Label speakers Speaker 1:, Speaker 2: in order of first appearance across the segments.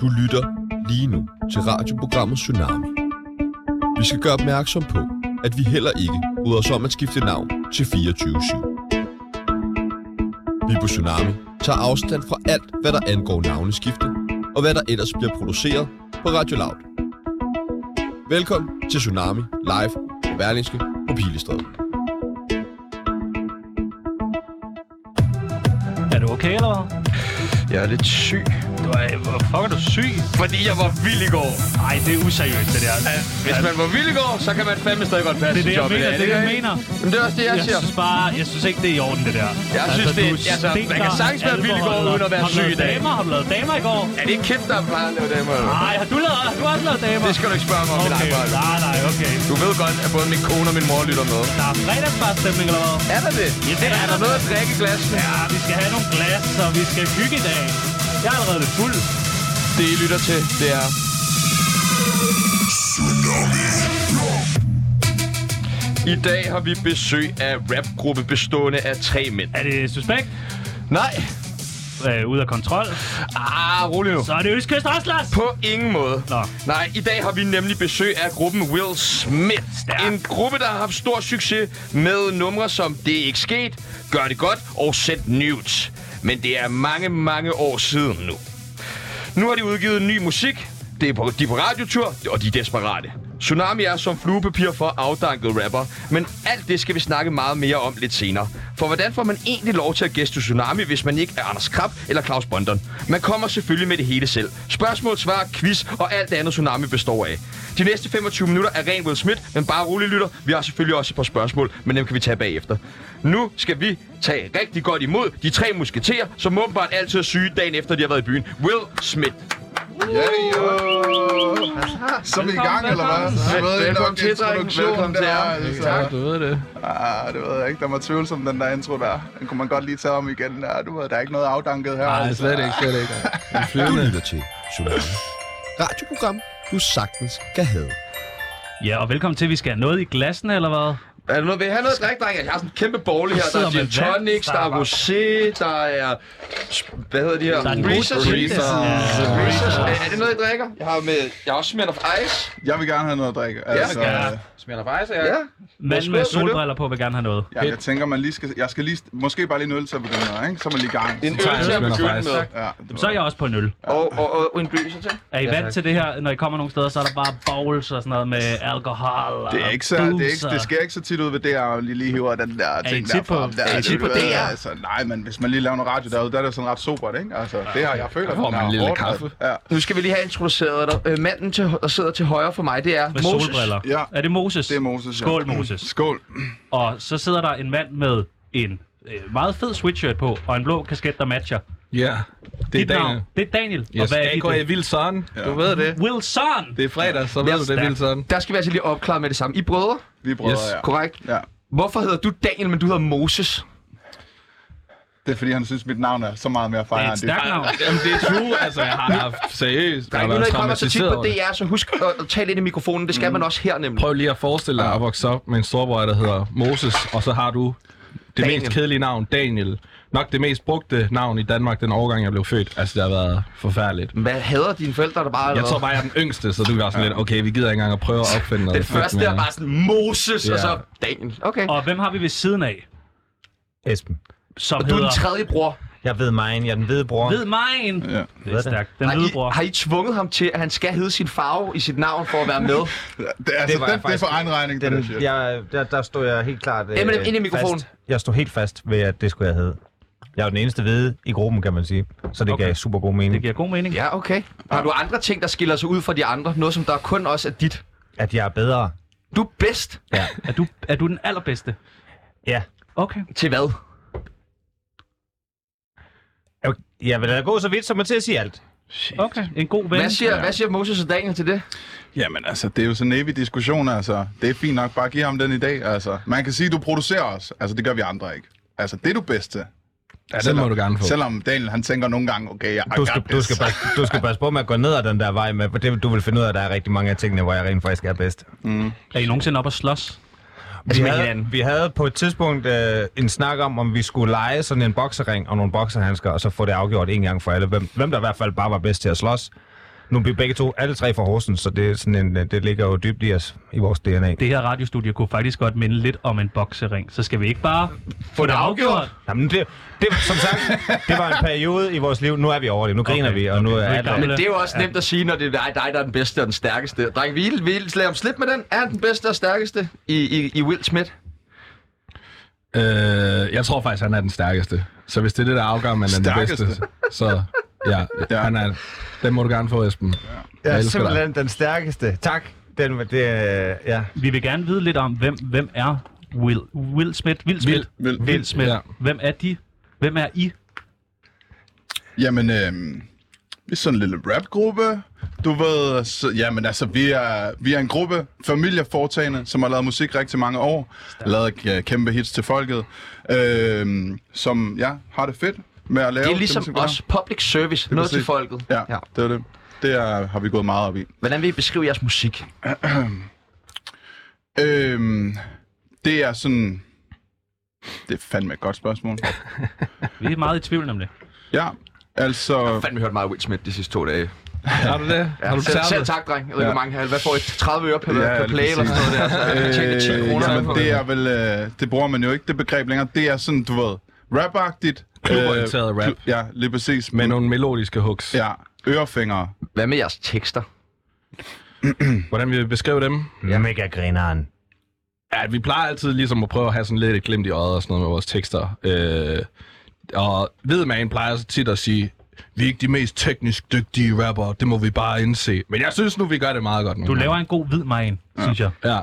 Speaker 1: Du lytter lige nu til radioprogrammet Tsunami. Vi skal gøre opmærksom på, at vi heller ikke bryder os om at skifte navn til 24-7. Vi på Tsunami tager afstand fra alt, hvad der angår navneskifte, og hvad der ellers bliver produceret på Radio Loud. Velkommen til Tsunami Live på Berlingske på Pilestræde.
Speaker 2: Er du okay, eller hvad?
Speaker 3: Jeg er lidt syg.
Speaker 2: Ej, hvor fuck er du syg?
Speaker 3: Fordi jeg var vild i går.
Speaker 2: Nej, det er useriøst, det der.
Speaker 3: Ja, Hvis man var vild i går, så kan man fandme stadig godt passe
Speaker 2: Det er det, jeg
Speaker 3: sit job i
Speaker 2: mener,
Speaker 3: dag,
Speaker 2: det er
Speaker 3: ikke?
Speaker 2: det, jeg mener.
Speaker 3: Men det er også det, jeg,
Speaker 2: Jeg
Speaker 3: siger.
Speaker 2: synes bare, jeg synes ikke, det er i orden, det der.
Speaker 3: Jeg synes, det er-
Speaker 2: du
Speaker 3: altså, man
Speaker 2: stinker
Speaker 3: kan sagtens være
Speaker 2: af
Speaker 3: vild i går,
Speaker 2: alkohol,
Speaker 3: uden at være
Speaker 2: har du
Speaker 3: syg
Speaker 2: lavet
Speaker 3: i dag.
Speaker 2: Damer har du lavet damer i går.
Speaker 3: Er det ikke Kim, der plejer at lave damer? eller?
Speaker 2: Nej, har du lavet, har du også lavet damer?
Speaker 3: Det skal du ikke spørge mig om,
Speaker 2: Okay,
Speaker 3: okay.
Speaker 2: nej, nej, okay.
Speaker 3: Du ved godt, at både min kone og min mor lytter med.
Speaker 2: Der er fredagsbarstemning, eller hvad?
Speaker 3: Er der det?
Speaker 2: Ja, det
Speaker 3: Er der noget at drikke i glasene?
Speaker 2: Ja, vi skal have nogle glas, og vi skal hygge i dag. Jeg er allerede lidt fuld.
Speaker 3: Det, I lytter til, det er... I dag har vi besøg af rapgruppe bestående af tre mænd.
Speaker 2: Er det suspekt?
Speaker 3: Nej.
Speaker 2: Øh, ude af kontrol?
Speaker 3: Ah, rolig nu.
Speaker 2: Så er det Østkyst Raslas!
Speaker 3: På ingen måde.
Speaker 2: Nå.
Speaker 3: Nej, i dag har vi nemlig besøg af gruppen Will Smith.
Speaker 2: Stærkt.
Speaker 3: En gruppe, der har haft stor succes med numre som Det er ikke sket, Gør det godt og Sæt Nudes. Men det er mange, mange år siden nu. Nu har de udgivet ny musik. Det er på, de er på radiotur, og de er desperate. Tsunami er som fluepapir for afdankede rapper, men alt det skal vi snakke meget mere om lidt senere. For hvordan får man egentlig lov til at gæste Tsunami, hvis man ikke er Anders Krab eller Claus Bondon? Man kommer selvfølgelig med det hele selv. Spørgsmål, svar, quiz og alt det andet Tsunami består af. De næste 25 minutter er ren Will Smith, men bare rolig lytter. Vi har selvfølgelig også et par spørgsmål, men dem kan vi tage bagefter. Nu skal vi tage rigtig godt imod de tre musketerer, som åbenbart altid er syge dagen efter, de har været i byen. Will Smith.
Speaker 4: Ja, jo. Så er vi i gang, eller hvad? Jeg ved ikke, der var
Speaker 3: Velkommen
Speaker 4: en
Speaker 3: til, dreng.
Speaker 4: introduktion
Speaker 3: Velkommen til
Speaker 4: der,
Speaker 3: jer.
Speaker 4: altså.
Speaker 3: Tak, du ved det.
Speaker 4: Ah, det ved jeg ikke. Der var tvivl som den der intro der. Den kunne man godt lige tage om igen. Ja, du ved, der er ikke noget afdanket her. Altså,
Speaker 5: Nej, slet ikke, slet ikke.
Speaker 1: Du lytter til Tsunami. Radioprogram, du sagtens kan have.
Speaker 2: Ja, og velkommen til. Vi skal have noget i glassene, eller hvad?
Speaker 3: Er der noget, vil I have noget drik, dreng? Jeg har sådan en kæmpe bowl her. Der
Speaker 2: sidder
Speaker 3: er gin
Speaker 2: med vand,
Speaker 3: tonics, der er
Speaker 2: Starbucks.
Speaker 3: rosé, der er... Hvad hedder de her?
Speaker 2: Der er en god
Speaker 3: Breezers.
Speaker 2: drink. Ja.
Speaker 3: Breezers. Er, er det noget, I drikker? Jeg har med... Jeg har også smidt of ice.
Speaker 4: Jeg vil gerne have noget at drikke.
Speaker 2: ja.
Speaker 4: øh,
Speaker 3: Smidt of ice, ja. ja.
Speaker 2: Manden med solbriller på vil gerne have noget.
Speaker 4: ja, jeg tænker, man lige skal... Jeg skal lige... Måske bare lige en øl til at begynde med, ikke? Så er man lige i gang.
Speaker 3: En øl til at
Speaker 5: Smirnoff
Speaker 3: begynde
Speaker 5: Ice.
Speaker 3: med.
Speaker 4: Ja,
Speaker 2: Så er jeg også på en øl.
Speaker 3: Og, og, og en breezer til.
Speaker 2: Er I vant til det her, når I kommer nogle steder, så er der bare bowls og sådan noget med alkohol og
Speaker 4: det er ikke så, det, er ikke, det sker ikke så tit ud ved DR, og lige, lige hiver den der ting
Speaker 2: tit
Speaker 4: der
Speaker 2: på-
Speaker 4: frem. Der,
Speaker 2: er I
Speaker 4: det
Speaker 2: tit på
Speaker 4: ved jeg,
Speaker 2: DR?
Speaker 4: Altså, nej, men hvis man lige laver noget radio derude, der er det sådan ret sobert, ikke? Altså, det har jeg føler, den
Speaker 5: får man
Speaker 4: er
Speaker 5: en lille
Speaker 4: hårdt, altså.
Speaker 5: kaffe.
Speaker 4: Ja,
Speaker 3: Nu skal vi lige have introduceret dig. Øh, manden, til, der sidder til højre for mig, det er
Speaker 2: Med
Speaker 3: Moses.
Speaker 2: solbriller.
Speaker 4: Ja.
Speaker 2: Er det Moses?
Speaker 4: det er Moses. ja. Mm.
Speaker 2: Skål, Moses.
Speaker 4: Skål.
Speaker 2: Og så sidder der en mand med en øh, meget fed sweatshirt på, og en blå kasket, der matcher.
Speaker 5: Ja, det er
Speaker 2: Dit navn,
Speaker 5: Daniel.
Speaker 2: Det er Daniel.
Speaker 5: Yes,
Speaker 2: og hvad
Speaker 5: AK
Speaker 2: er
Speaker 5: er
Speaker 2: dit?
Speaker 5: Wilson. Du ved det.
Speaker 2: Wilson!
Speaker 5: Det er fredag, så ved
Speaker 3: Ja,
Speaker 5: du det,
Speaker 2: stærkt.
Speaker 5: Wilson.
Speaker 3: Der skal vi altså lige opklare med det samme. I er brødre,
Speaker 4: Vi er brødre,
Speaker 5: Yes.
Speaker 4: ja.
Speaker 3: korrekt?
Speaker 4: Ja,
Speaker 3: Hvorfor hedder du Daniel, men du hedder Moses?
Speaker 4: det er fordi, han synes, mit navn Ah, er så meget mere
Speaker 2: Det er
Speaker 4: fejre
Speaker 2: et
Speaker 4: end
Speaker 2: stærkt navn.
Speaker 5: Jamen, det er true. Altså, jeg har haft seriøst. Jeg
Speaker 3: Nej,
Speaker 5: har
Speaker 3: nu når
Speaker 5: været
Speaker 3: I kommer så tit
Speaker 5: traumatiseret.
Speaker 3: på
Speaker 5: over det.
Speaker 3: DR, så husk at, at tale ind i mikrofonen. Det skal man også her nemlig.
Speaker 5: Prøv lige at forestille dig at vokse op med en storbror, der hedder Moses, og så har du det
Speaker 3: Daniel.
Speaker 5: mest kedelige navn, Daniel. Nok det mest brugte navn i Danmark, den årgang, jeg blev født. Altså, det har været forfærdeligt.
Speaker 3: Hvad hader dine forældre der bare? eller
Speaker 5: Jeg tror
Speaker 3: hvad?
Speaker 5: bare, jeg er den yngste, så du var sådan lidt, okay, vi gider ikke engang at prøve at opfinde noget.
Speaker 3: Den første
Speaker 5: fedt
Speaker 3: er
Speaker 5: mere.
Speaker 3: bare sådan, Moses, og
Speaker 5: Ja.
Speaker 3: så Daniel. Okay.
Speaker 2: Og hvem har vi ved siden af,
Speaker 6: Esben.
Speaker 2: som
Speaker 3: Og du er
Speaker 2: hedder...
Speaker 3: den tredje bror.
Speaker 6: Jeg ved mig, jeg er den hvide bror.
Speaker 2: Ved mig en!
Speaker 4: Ja.
Speaker 2: Det er stærkt. Den
Speaker 3: Har
Speaker 2: hvide
Speaker 3: I,
Speaker 2: bror.
Speaker 3: har I tvunget ham til, at han skal hedde sin farve i sit navn for at være med?
Speaker 4: Det, er, altså,
Speaker 6: var
Speaker 4: det,
Speaker 6: jeg
Speaker 4: det er for
Speaker 6: faktisk-
Speaker 4: egen regning, det der
Speaker 6: Den,
Speaker 4: shit.
Speaker 6: jeg, der, der stod jeg helt klart øh,
Speaker 3: Eminem, ind i mikrofonen.
Speaker 6: Fast. Jeg stod helt fast ved, at det skulle jeg hedde. Jeg er jo den eneste hvide i gruppen, kan man sige. Så
Speaker 2: Okay.
Speaker 6: det okay. gav super god mening,
Speaker 2: Det giver god mening.
Speaker 3: Ja, okay. Har du andre ting, der skiller sig ud fra de andre? Noget, som der kun også er dit?
Speaker 6: at jeg er bedre.
Speaker 3: Du er bedst
Speaker 6: Ja.
Speaker 2: Er du, er du den allerbedste?
Speaker 6: ja.
Speaker 2: Okay.
Speaker 3: til hvad?
Speaker 6: Jeg, jeg vil da gå så vidt som at til at sige alt.
Speaker 2: Okay. En god ven.
Speaker 3: Hvad siger, hvad siger Moses og Daniel til det?
Speaker 4: Jamen altså, det er jo sådan en evig diskussion, altså. Det er fint nok, bare give ham den i dag, altså. Man kan sige, du producerer os. Altså, det gør vi andre ikke. Altså, det er du bedst til.
Speaker 5: Ja, den må du gerne få.
Speaker 4: Selvom Daniel, han tænker nogle gange, okay, jeg
Speaker 6: Du skal, du, skal passe, du skal passe på med at gå ned ad den der vej med, for det, du vil finde ud af, at der er rigtig mange af tingene, hvor jeg rent faktisk er bedst.
Speaker 2: Er I nogensinde op at slås?
Speaker 6: Vi
Speaker 3: med
Speaker 6: havde,
Speaker 3: hinanden.
Speaker 6: vi havde på et tidspunkt øh, en snak om, om vi skulle lege sådan en boksering og nogle bokserhandsker, og så få det afgjort en gang for alle, hvem, hvem der i hvert fald bare var bedst til at slås. Nu er vi begge to, alle tre fra Horsens, så det, er sådan en, øh, det ligger jo dybt i os, i vores DNA.
Speaker 2: Det her radiostudie kunne faktisk godt minde lidt om en boksering. Så skal vi ikke bare få det afgjort?
Speaker 6: Jamen, det, det, som sagt, det var en periode i vores liv. Nu er vi over det. Nu griner
Speaker 2: Okay,
Speaker 6: okay, vi, og nu
Speaker 2: okay.
Speaker 6: er
Speaker 2: Nu er I
Speaker 6: alle...
Speaker 2: gamle.
Speaker 3: Men det er jo også nemt at sige, når det er dig, der er den bedste og den stærkeste. Dreng, vi vil lade om slip med den. Er han den bedste og stærkeste i, i, i Will Smith?
Speaker 5: Øh, jeg tror faktisk, han er den stærkeste. Så hvis det er det, der afgør, om man er den
Speaker 4: Stærkeste.
Speaker 5: bedste, så ja, ja. han er... Den må du gerne få, Esben. Ja.
Speaker 6: Jeg er simpelthen den stærkeste. Tak. Den, det, øh, ja.
Speaker 2: Vi vil gerne vide lidt om, hvem, hvem er Will, Will Smith? Will Smith?
Speaker 4: Vil-
Speaker 2: Will Smith.
Speaker 5: Ja.
Speaker 2: Hvem er de? Hvem er I?
Speaker 4: Jamen, øh, vi er sådan en lille rapgruppe. Du ved, så, jamen altså, vi er, vi er en gruppe familieforetagende, som har lavet musik rigtig mange år. Lavet øh, kæmpe hits til folket. Øh, som, ja, har det fedt med at lave.
Speaker 3: Det er
Speaker 4: musik,
Speaker 3: ligesom
Speaker 4: vi har.
Speaker 3: os public service. Noget til
Speaker 4: præcis.
Speaker 3: folket.
Speaker 4: Ja, ja, det er det. Det er, har vi gået meget op i.
Speaker 3: Hvordan vil I beskrive jeres musik?
Speaker 4: Øhm, det er sådan... Det er fandme et godt spørgsmål.
Speaker 2: Vi er meget i tvivl nemlig.
Speaker 4: Ja, altså...
Speaker 3: Fandme hørt meget Will Smith de sidste to dage.
Speaker 5: Har du det? Ja. Har du
Speaker 3: selv,
Speaker 5: selv,
Speaker 3: selv tak, dreng. Jeg ved ikke, hvor mange halv. Hvad får I? 30 øre per,
Speaker 4: Ja,
Speaker 3: ja, per
Speaker 4: lige
Speaker 3: play eller sådan noget der? Så jeg kan tjekke 10 kroner.
Speaker 4: Øh, jamen,
Speaker 3: for-
Speaker 4: det er vel... Øh, det bruger man jo ikke, det begreb længere. Det er sådan, du ved, rapagtigt. Øh,
Speaker 5: Kluborienteret rap.
Speaker 4: klu- Ja, lige præcis.
Speaker 5: Med nogle melodiske hooks. Ja.
Speaker 4: Ja, ørefingre.
Speaker 3: Hvad med jeres tekster?
Speaker 5: Hvordan vil vi beskrive dem?
Speaker 6: ja. Mega grineren.
Speaker 5: Ja, vi plejer altid ligesom at prøve at have sådan lidt et glimt i øjet og sådan noget med vores tekster. Øh, og ved man plejer så tit at sige, vi er ikke de mest teknisk dygtige rapper, det må vi bare indse. Men jeg synes nu, vi gør det meget godt nu.
Speaker 2: Du laver en god hvid magen, synes jeg.
Speaker 5: Ja.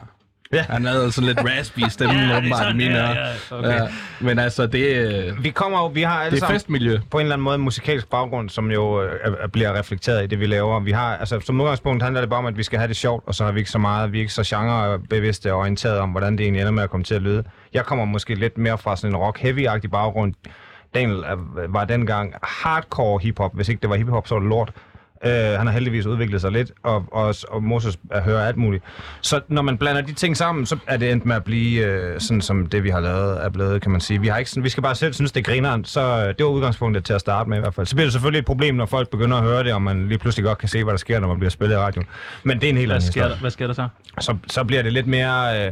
Speaker 5: ja. Han havde sådan lidt raspy i stemmen, ja, åbenbart, min
Speaker 2: ja,
Speaker 5: ja,
Speaker 2: ja, okay.
Speaker 5: ja. Men altså, det, øh,
Speaker 6: Vi kommer jo, vi har alle
Speaker 5: det er
Speaker 6: sammen
Speaker 5: festmiljø.
Speaker 6: på en eller anden måde en musikalsk baggrund, som jo øh, er- er- bliver reflekteret i det, vi laver. Vi har, altså, som udgangspunkt handler det bare om, at vi skal have det sjovt, og så har vi ikke så meget, vi er ikke så genrebevidste og orienteret om, hvordan det egentlig ender med at komme til at lyde. Jeg kommer måske lidt mere fra sådan en rock-heavy-agtig baggrund. Daniel er- var dengang hardcore hip-hop. Hvis ikke det var hip-hop, så var det lort. Øh, han har heldigvis udviklet sig lidt, og, og, og Moses at høre alt muligt. Så når man blander de ting sammen, så er det endt med at blive øh, sådan, som det vi har lavet er blevet, kan man sige. Vi, har ikke sådan, vi skal bare selv synes, det er grineren, så øh, det var udgangspunktet til at starte med i hvert fald. Så bliver det selvfølgelig et problem, når folk begynder at høre det, og man lige pludselig godt kan se, hvad der sker, når man bliver spillet i radioen. Men det er en helt
Speaker 2: Hvad
Speaker 6: anden
Speaker 2: sker,
Speaker 6: historie
Speaker 2: der, hvad sker der så?
Speaker 6: så, så bliver det lidt mere... Øh,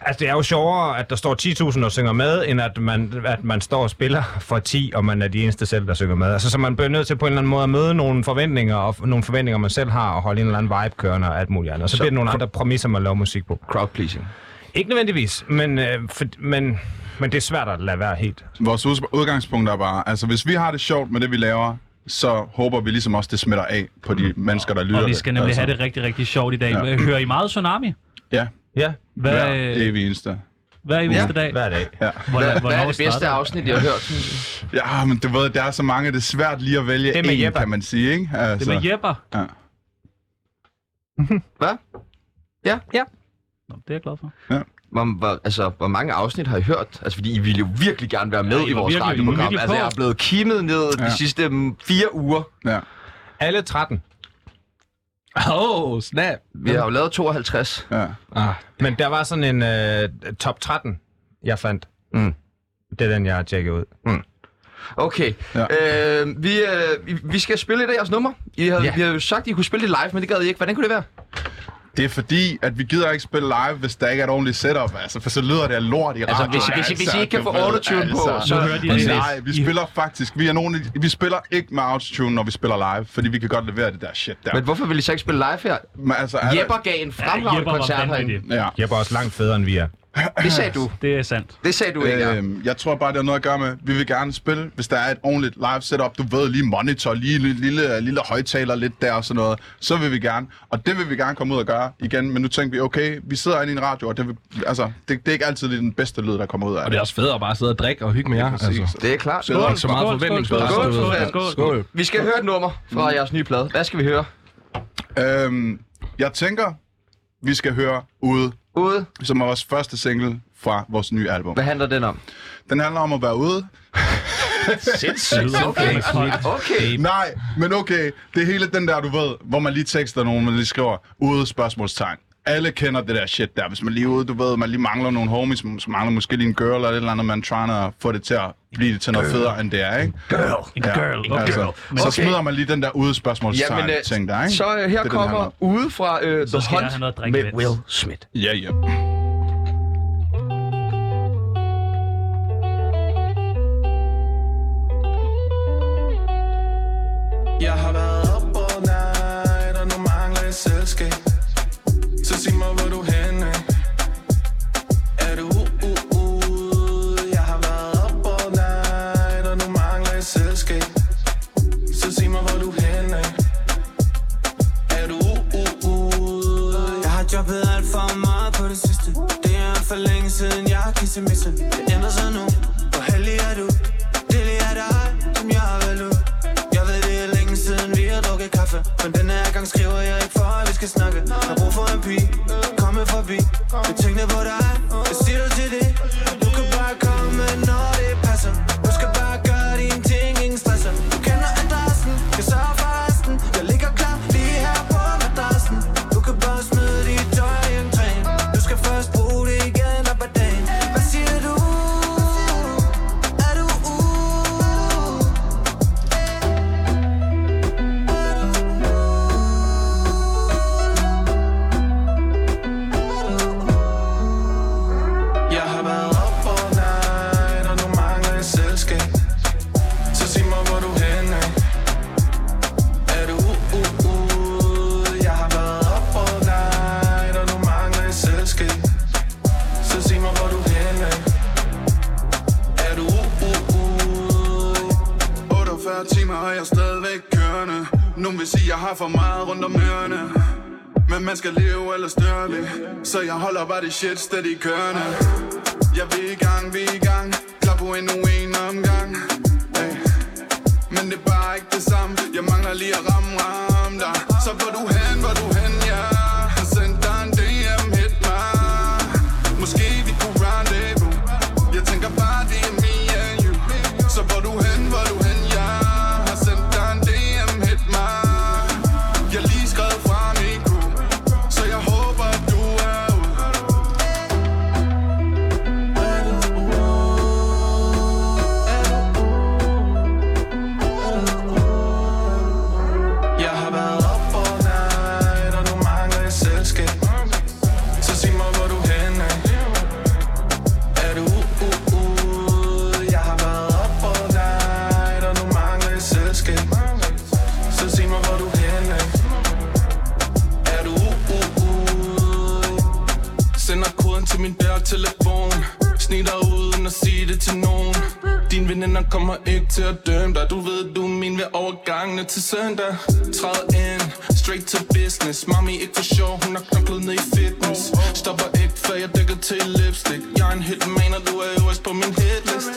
Speaker 6: altså, det er jo sjovere, at der står 10.000 og synger med, end at man, at man står og spiller for 10, og man er de eneste selv, der synger med. Altså, så man bliver nødt til på en eller anden måde at møde nogle forventninger, og f- nogle forventninger, man selv har, og holde en eller anden vibe kørende og alt muligt andet. Og så, så bliver det nogle andre præmisser, man laver musik på.
Speaker 3: Crowd pleasing.
Speaker 6: Ikke nødvendigvis, men, øh, for, men, men det er svært at lade være helt.
Speaker 4: Vores uds- udgangspunkt er bare, altså hvis vi har det sjovt med det, vi laver, så håber vi ligesom også, det smitter af på de mennesker, der lytter
Speaker 2: Og vi skal nemlig
Speaker 4: altså.
Speaker 2: have det rigtig, rigtig sjovt i dag. Ja. Hører I meget Tsunami?
Speaker 4: Ja,
Speaker 6: Ja,
Speaker 2: Hvad,
Speaker 4: hver
Speaker 2: øh,
Speaker 4: evig eneste.
Speaker 2: hver eneste dag?
Speaker 6: hver dag.
Speaker 2: Hvordan,
Speaker 3: Hvad er
Speaker 2: hvornår
Speaker 3: det bedste
Speaker 2: starter
Speaker 3: afsnit, I har hørt?
Speaker 4: Ja, men du ved, der er så mange, det er svært lige at vælge
Speaker 6: Det med
Speaker 4: en,
Speaker 6: Jeppe.
Speaker 4: kan man sige, ikke? Altså,
Speaker 2: Det med Jepper.
Speaker 4: Ja.
Speaker 3: Hvad? Ja.
Speaker 6: Ja.
Speaker 2: Nå, det er jeg glad for.
Speaker 3: Hvor, hvor, altså, hvor mange afsnit har I hørt? Altså, fordi I ville jo virkelig gerne være med
Speaker 2: Ja, I
Speaker 3: i
Speaker 2: var
Speaker 3: vores
Speaker 2: virkelig-
Speaker 3: radioprogram.
Speaker 2: virkelig på.
Speaker 3: Altså, jeg er blevet kimet ned ja.
Speaker 4: Ja.
Speaker 3: de sidste mm, fire uger.
Speaker 4: Ja.
Speaker 6: Alle 13.
Speaker 5: Åh, oh, snap.
Speaker 3: Vi har jo lavet 52.
Speaker 4: Ja.
Speaker 5: Ah,
Speaker 6: Men der var sådan en øh, top 13, jeg fandt.
Speaker 3: Mm.
Speaker 6: Det er den, jeg har tjekket ud.
Speaker 3: Okay.
Speaker 4: Ja.
Speaker 3: Øh, vi, øh, vi- vi skal spille et af jeres numre. I havde, Vi havde jo sagt, at I kunne spille det live, men det gad I ikke. Hvordan kunne det være?
Speaker 4: Det er fordi, at vi gider ikke spille live, hvis der ikke er et ordentligt setup, altså, for så lyder det af lort i radioen.
Speaker 3: Altså, hvis I- hvis I- hvis I ikke kan
Speaker 4: du
Speaker 3: få
Speaker 4: ved,
Speaker 3: autotune på, så hører de
Speaker 4: altså,
Speaker 2: det.
Speaker 4: Nej, vi
Speaker 2: I-
Speaker 4: spiller faktisk, vi er nogle, af de- vi spiller ikke med autotune, når vi spiller live, fordi vi kan godt levere det der shit der.
Speaker 3: Men hvorfor ville I så ikke spille live her?
Speaker 4: Men altså, er der-
Speaker 3: Jepper gav en
Speaker 2: Ja,
Speaker 3: fremragende
Speaker 2: Jepper
Speaker 3: ja,
Speaker 2: var
Speaker 3: koncert herinde.
Speaker 2: vanvittig.
Speaker 4: Ja.
Speaker 6: Jeg var også langt federe, end vi er.
Speaker 3: Det sagde du.
Speaker 2: Det er sandt.
Speaker 3: Det sagde du ikke. Øh,
Speaker 4: Øhm, jeg tror bare, det har noget at gøre med, vi vil gerne spille, hvis der er et ordentligt live setup. Du ved, lige monitor, lige lille, lille, lille højtaler lidt der og sådan noget. Så vil vi gerne, og det vil vi gerne komme ud og gøre igen. Men nu tænker vi, okay, vi sidder inde i en radio, og det, vil, altså, det, det er ikke altid lige den bedste lyd, der kommer ud af
Speaker 5: og det er også fedt at bare sidde og drikke og hygge med jer. Altså, der
Speaker 3: det er klart.
Speaker 5: er
Speaker 3: Skål.
Speaker 4: altså,
Speaker 5: ikke så meget
Speaker 2: Skål, skål,
Speaker 5: forventning.
Speaker 2: skål,
Speaker 3: skål,
Speaker 5: du ved.
Speaker 3: skål,
Speaker 2: skål.
Speaker 5: skål.
Speaker 3: Vi skal høre et nummer fra
Speaker 4: Mm.
Speaker 3: jeres nye plade. Hvad skal vi høre?
Speaker 4: Øhm, jeg tænker, vi skal høre Ude,
Speaker 3: Ude.
Speaker 4: som er vores første single fra vores nye album.
Speaker 3: Hvad handler den om?
Speaker 4: Den handler om at være ude.
Speaker 2: Det lyder
Speaker 3: Okay.
Speaker 2: fandme koldt.
Speaker 3: Okay.
Speaker 4: Nej, men okay, det er hele den der, du ved, hvor man lige tekster nogen, man lige skriver ude spørgsmålstegn. alle kender det der shit der. Hvis man lige er ude, du ved, man lige mangler nogle homies, man mangler måske lige en girl eller et eller andet, man trying at få det til at blive det til noget federe, end det er, ikke?
Speaker 3: Girl.
Speaker 2: En girl. En
Speaker 4: Altså,
Speaker 2: girl. Men
Speaker 4: Så
Speaker 3: Okay.
Speaker 4: smider man lige den der ude spørgsmålstegn
Speaker 3: Jamen,
Speaker 4: ja,
Speaker 3: øh,
Speaker 4: ting der, ikke?
Speaker 3: så øh, her
Speaker 4: Det er den
Speaker 3: kommer ude fra øh, The
Speaker 2: skal jeg have noget at
Speaker 3: Hunt
Speaker 2: drikke
Speaker 3: med
Speaker 2: imens.
Speaker 3: Will Smith.
Speaker 4: Ja, ja.
Speaker 7: Jeg har været op all night, og nu mangler et selskab Så sig mig, hvor du henne Er du u u ude? Jeg har været op all night, og nu mangler et selskab Så sig mig, hvor du henne Er du u u ude? Jeg har jobbet alt for meget på det sidste Det er for længe siden, jeg har kissemisse Det ændrer sig nu, hvor heldig er du Delig er dig, som jeg har valgt ud jeg ved det er længe siden vi har drukket kaffe Men den her gang skriver jeg ikke for at vi skal snakke Har brug for en pige, komme forbi Jeg tænkte på dig, hvad siger du til det? Du kan bare komme når det passer Du skal bare gøre dine ting, ingen stresser Du kender adressen, jeg sørger for resten Jeg ligger klar lige her på madrassen Du kan bare smide dit tøj i en træn Du skal først bruge det igen op ad dagen Hvad siger du? Er du ude? Jeg har været op all night, og nu mangler et selskab Så sig mig, hvor du henne Er du u u ude? Jeg har været op all night, og nu mangler et selskab Så sig mig, hvor du henne Er du u u ude?
Speaker 8: 48 timer, og jeg er stadigvæk kørende Nogen vil sige, jeg har for meget rundt om ørerne Men man skal leve eller større det Så jeg holder bare det shit stadig kørende Jeg vil i gang, vi er i gang Klar på endnu en omgang hey. Men det er bare ikke det samme Jeg mangler lige at ramme, ramme dig Så hvor du hen, hvor du hen, ja Har sendt dig en DM, hit mig Måske vi kunne rendezvous Jeg tænker bare, det er me and you Så hvor du hen, hvor du hen, ja Har sendt dig en DM, hit mig Jeg er lige skrevet fra min crew Så jeg håber, du er ude
Speaker 7: Jeg har været op all night, og nu mangler et selskab Så sig mig, hvor du henne Er du u- ude? Jeg har været op all night, og nu mangler et selskab Så sig mig, hvor du henne Er du u- ude?
Speaker 8: Sender koden til min dørtelefon Snitter uden at sige det til nogen Din veninder kommer ikke til at dømme dig Du ved, du er min ved overgangene til søndag Træd ind, straight to business Mami ikke for sjov, hun har knoklet ned i fitness Stopper ikke, før jeg dykker til lipstick Jeg er en hitman, og du er øverst på min hitlist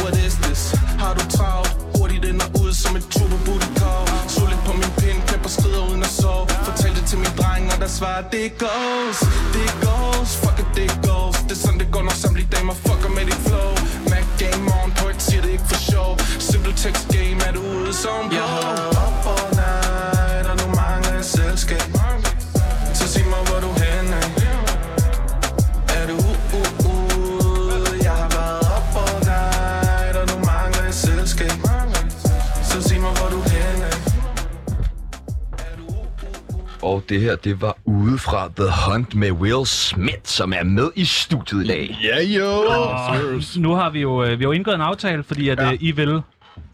Speaker 8: What is this? Har du travlt? Hurtigt ind og ud som et turbo booty call Soligt på min pind, knæpper skrider uden at sove Fortæl det til min dreng, og der svarer Det goes, det goes, fuck it, det goes Det er sådan det går, når samtlige damer fucker med dit flow Mac game on point, siger det ikke for sjov Simple text game, er du ude som
Speaker 7: Jeg har
Speaker 8: blow?
Speaker 7: været op all night, og nu mangler et selskab Så sig mig, hvor du henne Er du u- ude? Jeg har været op all night, og nu mangler et selskab Så sig mig, hvor du henne
Speaker 3: Og det her, det var ude fra The Hunt med Will Smith, som er med i studiet i dag.
Speaker 4: Ja, jo.
Speaker 2: Og nu har vi jo, øh, vi har jo indgået en aftale, fordi at, ja. I vil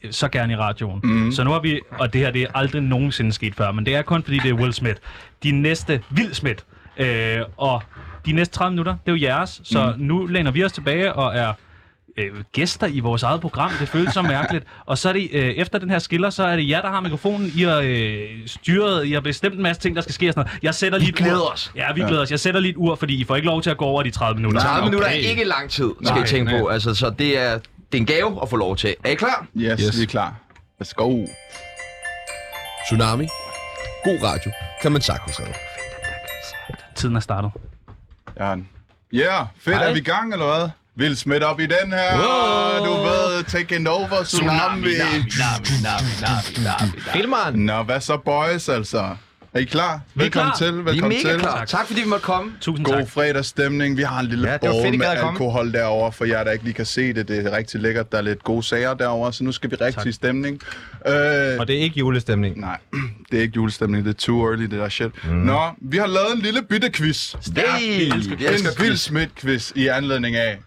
Speaker 2: øh, så gerne i radioen.
Speaker 3: Mhm.
Speaker 2: Mm. Så nu har vi, og det her det er aldrig nogensinde sket før, men det er kun fordi det er Will Smith. De næste, Will Smith, øh, og de næste 30 minutter, det er jo jeres, så
Speaker 3: Mhm.
Speaker 2: mm. nu læner vi os tilbage og er øh, gæster i vores eget program. Det føles så mærkeligt. Og så er det, øh, efter den her skiller, så er det jer, der har mikrofonen. I har øh, styret, I har bestemt en masse ting, der skal ske og sådan noget. Jeg sætter lige et
Speaker 3: glæder
Speaker 2: ur.
Speaker 3: os.
Speaker 2: Ja, vi glæder os. Jeg sætter lige et ur, fordi I får ikke lov til at gå over de 30 minutter.
Speaker 3: 30
Speaker 4: okay.
Speaker 3: minutter er ikke lang tid, skal
Speaker 4: Nej,
Speaker 3: I tænke på. Altså, så det er, det er en gave at få lov til. Er I klar?
Speaker 4: Yes,
Speaker 9: Yes.
Speaker 4: yes, vi er klar. Let's go.
Speaker 10: Tsunami. God radio kan man sagtens have.
Speaker 2: Tiden er startet.
Speaker 4: Ja. Yeah, fedt.
Speaker 2: Hej.
Speaker 4: Er vi i gang, eller hvad? Vil smidt op i den her. Du ved, taking over, tsunami.
Speaker 3: Nami, nami, nami, nami, nami.
Speaker 11: Filmeren!
Speaker 4: Nå, hvad så, boys, altså? Er I klar? Velkommen
Speaker 2: klar.
Speaker 4: til.
Speaker 3: Vi er
Speaker 4: Velkommen
Speaker 3: mega
Speaker 4: til.
Speaker 3: klar. Tak fordi vi måtte komme.
Speaker 2: Tusind tak.
Speaker 4: God fredagsstemning. Vi har en lille
Speaker 6: Ja,
Speaker 4: ja,
Speaker 6: det var fedt, I
Speaker 4: bowl med
Speaker 6: gad at komme.
Speaker 4: alkohol derovre, for jer, der ikke lige kan se det. Det er rigtig lækkert. Der er lidt gode sager derovre, så nu skal vi rigtig i stemning. Øh,
Speaker 6: Og det er ikke julestemning.
Speaker 4: nej, det er ikke julestemning. Det er too early, det der shit. Mm. Nå, vi har lavet en lille bitte quiz.
Speaker 3: Hey, vi elsker, vi elsker.
Speaker 4: En Bill Smith-quiz i anledning af,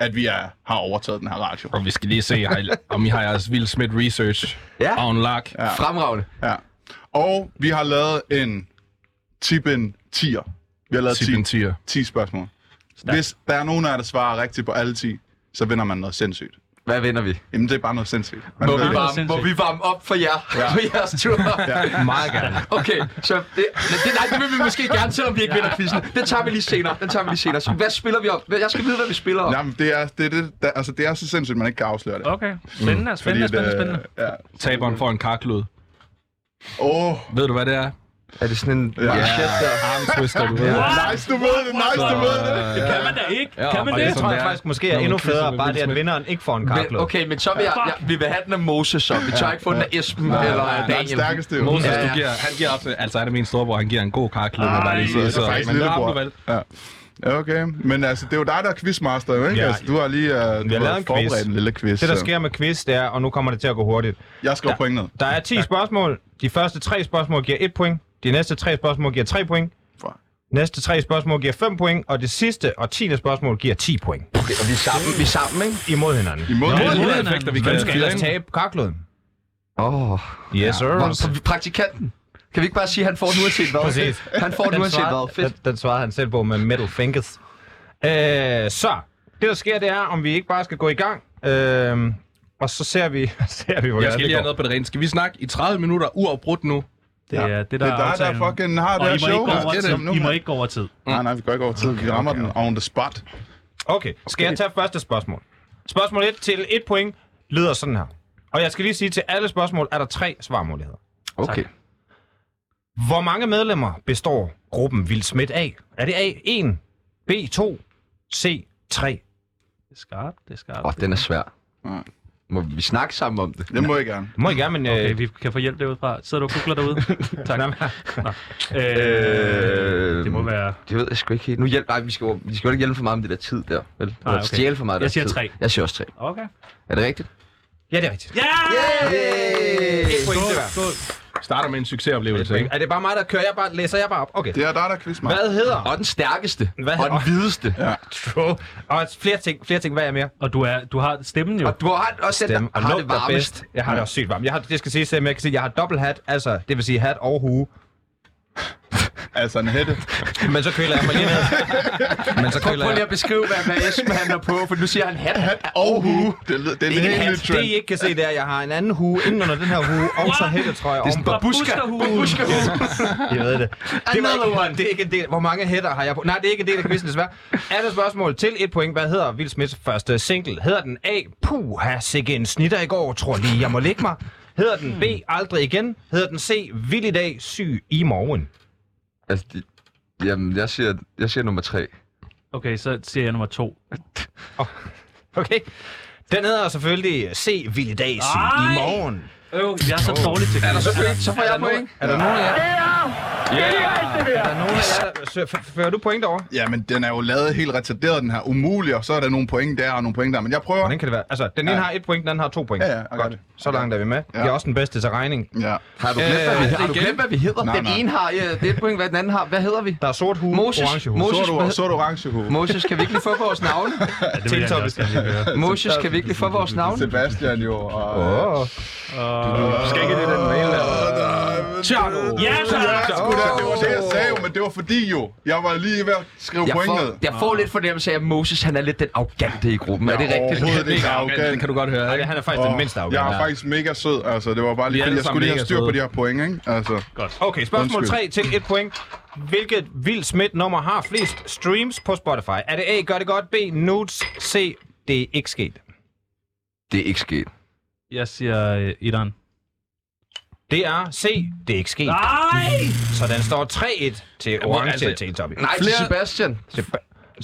Speaker 4: at vi er, har overtaget den her radio.
Speaker 5: Og vi skal lige se, om I har jeres Will Smith Research
Speaker 3: Ja.
Speaker 5: on lock.
Speaker 4: Ja.
Speaker 3: Fremragende.
Speaker 4: Ja. Og vi har lavet en tippen 10'er. Vi har lavet
Speaker 5: Tip en
Speaker 4: 10,
Speaker 5: tier.
Speaker 4: 10 spørgsmål. Hvis der er nogen af jer, der svarer rigtigt på alle 10, så vinder man noget sindssygt.
Speaker 3: Hvad vinder vi?
Speaker 4: Jamen, det er bare noget sindssygt. Man
Speaker 3: Må
Speaker 4: ved
Speaker 3: vi
Speaker 4: det.
Speaker 3: varme, må vi varme op for jer ja. på jeres tur?
Speaker 4: Ja.
Speaker 5: Meget gerne.
Speaker 3: Okay, så det, det, nej, det vil vi måske gerne, selvom vi ikke vinder quizzen. Den tager vi lige senere. Den tager vi lige senere. Så hvad spiller vi om? Jeg skal vide, hvad vi spiller om.
Speaker 4: Jamen, det er, det, er det, der, altså, det er så sindssygt, man ikke kan afsløre det.
Speaker 2: Okay, spændende, spændende, spændende, spændende.
Speaker 4: At, Mm. øh, ja.
Speaker 5: Taberen får en karklud.
Speaker 4: Åh,
Speaker 5: Ved du, hvad det er?
Speaker 6: Er det sådan en...
Speaker 4: ja.
Speaker 5: Arm twister, du ved.
Speaker 4: Nice, du ved det, nice, du ved det.
Speaker 2: Det kan man da ikke.
Speaker 5: Ja,
Speaker 2: Kan man det?
Speaker 5: og det er
Speaker 6: Jeg tror
Speaker 5: Som
Speaker 6: jeg
Speaker 5: er-
Speaker 6: faktisk måske er
Speaker 5: når man
Speaker 6: endnu
Speaker 5: quizzer
Speaker 6: federe,
Speaker 5: med
Speaker 6: bare
Speaker 5: Will
Speaker 6: det, at
Speaker 5: Smith.
Speaker 6: vinderen ikke får en
Speaker 3: Men,
Speaker 6: karklud.
Speaker 3: okay, men så vil jeg, jeg, vi vil have den af Moses så. Vi tør ikke få den af Esben nej, eller
Speaker 4: Nej,
Speaker 3: af
Speaker 4: nej, den
Speaker 3: Daniel.
Speaker 4: stærkeste jo.
Speaker 5: Moses,
Speaker 3: Ja,
Speaker 5: du
Speaker 3: ja.
Speaker 5: giver, han giver op til, altså han er min storebror, han giver en god karklud. når bare lige
Speaker 4: det
Speaker 5: sidder
Speaker 4: er
Speaker 5: og sidder.
Speaker 4: faktisk
Speaker 5: Men der har
Speaker 4: lillebror.
Speaker 5: du valgt.
Speaker 4: Ja. Ja, Okay, men altså, det er jo dig, der er quizmaster, jo, ikke?
Speaker 6: Ja.
Speaker 4: altså, du har lige uh, du har
Speaker 6: lavet en quiz.
Speaker 4: forberedt en lille quiz.
Speaker 6: Det, der
Speaker 4: så
Speaker 6: sker med quiz, det er, og nu kommer det til at gå hurtigt.
Speaker 4: Jeg skriver point ned.
Speaker 6: Der er 10 spørgsmål. De første 3 spørgsmål giver 1 point. De næste 3 spørgsmål giver 3 point.
Speaker 4: Fuck.
Speaker 6: Næste 3 spørgsmål giver 5 point. Og det sidste og 10. spørgsmål giver 10 point.
Speaker 3: Okay, og vi er sammen, vi er sammen, ikke?
Speaker 6: Imod hinanden.
Speaker 4: Imod
Speaker 5: Det er
Speaker 4: det.
Speaker 5: en lille effekter, vi kan
Speaker 6: Hvem skal ellers tabe karkluden?
Speaker 3: Åh, oh,
Speaker 6: Yes, sir.
Speaker 3: praktikanten. Kan vi ikke bare sige, at han får den uanset hvad?
Speaker 6: Præcis.
Speaker 3: Han får den
Speaker 6: Den
Speaker 3: uanset hvad.
Speaker 6: svarede,
Speaker 3: Fedt.
Speaker 6: den, den svarede han selv på med middle fingers. Øh, så, det der sker, det er, om vi ikke bare skal gå i gang. Øh, og så ser vi, ser vi hvor
Speaker 5: Jeg skal
Speaker 6: godt det
Speaker 5: lige have
Speaker 6: går.
Speaker 5: noget på det rene. Skal vi snakke i 30 minutter uafbrudt nu?
Speaker 2: Det er det, der
Speaker 4: Det
Speaker 2: er
Speaker 4: er dig, der
Speaker 2: aftalen.
Speaker 4: fucking har
Speaker 2: Og
Speaker 4: det
Speaker 2: I
Speaker 4: her
Speaker 2: må
Speaker 4: show.
Speaker 2: ikke gå
Speaker 4: Ja,
Speaker 2: over
Speaker 4: det er det. Nu,
Speaker 2: tid. I må
Speaker 4: mand.
Speaker 2: ikke gå over tid.
Speaker 4: Nej, nej, vi går ikke over tid. Vi rammer den on the spot.
Speaker 6: Okay, skal jeg tage første spørgsmål? Spørgsmål 1 til 1 point lyder sådan her. Og jeg skal lige sige, til alle spørgsmål er der tre svarmuligheder.
Speaker 3: Okay.
Speaker 6: Hvor mange medlemmer består gruppen Vild Smidt af? Er det A1, B2, C3?
Speaker 2: Det er skarpt, det er skarpt.
Speaker 3: Åh, oh, den er svær.
Speaker 4: Ja.
Speaker 3: Må vi snakke sammen om det?
Speaker 4: Mm. Det må jeg gerne.
Speaker 6: Må I gerne, men...
Speaker 2: Okay,
Speaker 6: Øh,
Speaker 2: vi kan få hjælp derudefra. Sidder du og googler derude? tak. Nå. Øh,
Speaker 3: Øh,
Speaker 2: det må være...
Speaker 3: Det ved jeg sgu ikke helt. Nu hjælp, nej, vi skal, jo- vi skal jo ikke hjælpe for meget med det der tid der.
Speaker 2: Nej,
Speaker 3: Vel? Nej,
Speaker 2: okay.
Speaker 3: okay. Stjæle for meget
Speaker 2: Jeg
Speaker 3: af deres
Speaker 2: siger
Speaker 3: tid.
Speaker 2: tre.
Speaker 3: Jeg siger også tre.
Speaker 2: Okay.
Speaker 3: Er det rigtigt?
Speaker 6: ja, det er rigtigt.
Speaker 2: Ja!
Speaker 3: Yay!
Speaker 6: Et point til hver.
Speaker 2: Skål.
Speaker 5: Starter med en succesoplevelse, ikke?
Speaker 6: Altså, Er det bare mig, der kører? Jeg bare, læser jeg bare op? Okay.
Speaker 4: Det er dig, der er quizmaster.
Speaker 6: Hvad hedder?
Speaker 3: Og den stærkeste.
Speaker 6: Hvad?
Speaker 3: Og den videste. Ja.
Speaker 6: True. Og flere ting, flere ting, hvad er jeg mere?
Speaker 2: Og du, er, du har stemmen jo.
Speaker 3: Og du har også den,
Speaker 6: Dem,
Speaker 3: der
Speaker 6: og
Speaker 3: har det
Speaker 6: lugter
Speaker 3: varmest.
Speaker 6: bedst. Jeg har det også sygt varmt. Jeg har, det skal sige, at jeg kan sige, jeg har dobbelt hat, altså det vil sige hat og hue.
Speaker 4: Altså en hætte.
Speaker 6: Men så køler jeg mig lige ned. Men så køler
Speaker 3: Prøv lige
Speaker 6: jeg...
Speaker 3: at beskrive, hvad, hvad Esben handler på, for nu siger han hat, hat og hue.
Speaker 4: Det, lyder- det er
Speaker 3: Det
Speaker 4: en
Speaker 3: er
Speaker 4: helt
Speaker 3: en
Speaker 4: ny
Speaker 3: hat.
Speaker 6: Det
Speaker 4: trend.
Speaker 6: I ikke kan se, det er, at jeg har en anden hue inden under den her hue, og så hættetrøje
Speaker 3: Det er sådan
Speaker 6: ovenpå.
Speaker 3: babuska. Babuska
Speaker 6: Jeg ved det. Det, var
Speaker 3: Another
Speaker 6: ikke,
Speaker 3: one.
Speaker 6: det er ikke en del. Hvor mange hætter har jeg på? Nej, det er ikke en del af quizzen, desværre. Alle spørgsmål til et point. Hvad hedder Will Smiths første single? Hedder den A. Puh, har sikke en snitter i går, tror lige, jeg må lægge mig. Hedder den B. Aldrig igen? Hedder den C. Vild i dag, syg i morgen?
Speaker 3: Altså, de, jamen, jeg siger, jeg siger nummer tre.
Speaker 2: Okay, så siger jeg nummer to.
Speaker 6: Okay. Den hedder selvfølgelig C. Vild i dag, syg i
Speaker 2: Ej!
Speaker 6: morgen.
Speaker 2: Øv, jeg er så dårlig til det.
Speaker 3: Så får jeg point.
Speaker 6: Er der nogen af jer? Er der nogen af jer, der... Sø- f- Fører du point over?
Speaker 4: Jamen, den er jo lavet helt retarderet, den her. Umulig, og så er der nogle point der og nogle point der. Men jeg prøver.
Speaker 6: Hvordan kan det være? Altså, den ene har et point, den anden har to point.
Speaker 4: Ja, ja, okay.
Speaker 6: Godt. Så langt er vi med. Jeg er også den bedste til regning.
Speaker 4: Ja.
Speaker 3: Har du glemt, hvad vi, har du
Speaker 5: igen.
Speaker 3: glemt, hvad vi hedder?
Speaker 4: Nej,
Speaker 3: den
Speaker 4: nej.
Speaker 3: ene har ja, det er et point, hvad den anden har. Hvad hedder vi?
Speaker 6: Der er sort hue,
Speaker 3: Moses.
Speaker 6: orange hue.
Speaker 3: Moses.
Speaker 4: Så er du,
Speaker 3: hvad-
Speaker 4: så er du orange hue.
Speaker 3: Moses, kan vi ikke lige få vores navne?
Speaker 2: Ja, det vil jeg
Speaker 6: Tiltoppet.
Speaker 2: også gerne lige høre.
Speaker 3: Moses, kan vi ikke lige få vores navne?
Speaker 4: Sebastian jo. Og... øh,
Speaker 6: Åh.
Speaker 5: Skal ikke det den mail der? Tjerno!
Speaker 2: Ja, tak!
Speaker 4: Sgu da, det var det, jeg sagde jo, men det var fordi jo. Jeg var lige ved at skrive
Speaker 3: Jeg
Speaker 4: point ned.
Speaker 3: får, jeg får lidt fornemmelse af, at Moses han er lidt den arrogante i gruppen. Er det rigtigt?
Speaker 4: Overhovedet ikke
Speaker 5: Okay, det
Speaker 4: arrogant.
Speaker 5: kan du godt høre,
Speaker 6: Ja,
Speaker 5: ikke?
Speaker 6: han er faktisk den mindste
Speaker 4: Jeg
Speaker 6: afgørende.
Speaker 4: er faktisk mega sød, altså. Det var bare lige,
Speaker 5: Vi er
Speaker 4: fordi
Speaker 5: alle
Speaker 4: jeg skulle
Speaker 5: sammen
Speaker 4: lige have
Speaker 5: mega
Speaker 4: styr på
Speaker 5: søde.
Speaker 4: de her point, ikke? Altså,
Speaker 6: Okay, spørgsmål
Speaker 4: Undskyld.
Speaker 6: 3 til 1 point. Hvilket Vild Smith nummer har flest streams på Spotify? Er det A, gør det godt, B, Nudes, C, det er ikke sket.
Speaker 3: Det er ikke sket.
Speaker 2: Jeg siger øh, etteren.
Speaker 6: Det er C, det er ikke sket.
Speaker 2: Ah. Nej!
Speaker 6: Så den står 3-1 til Orange
Speaker 5: altså-
Speaker 6: til Teletubby.
Speaker 3: Nej, til Sebastian.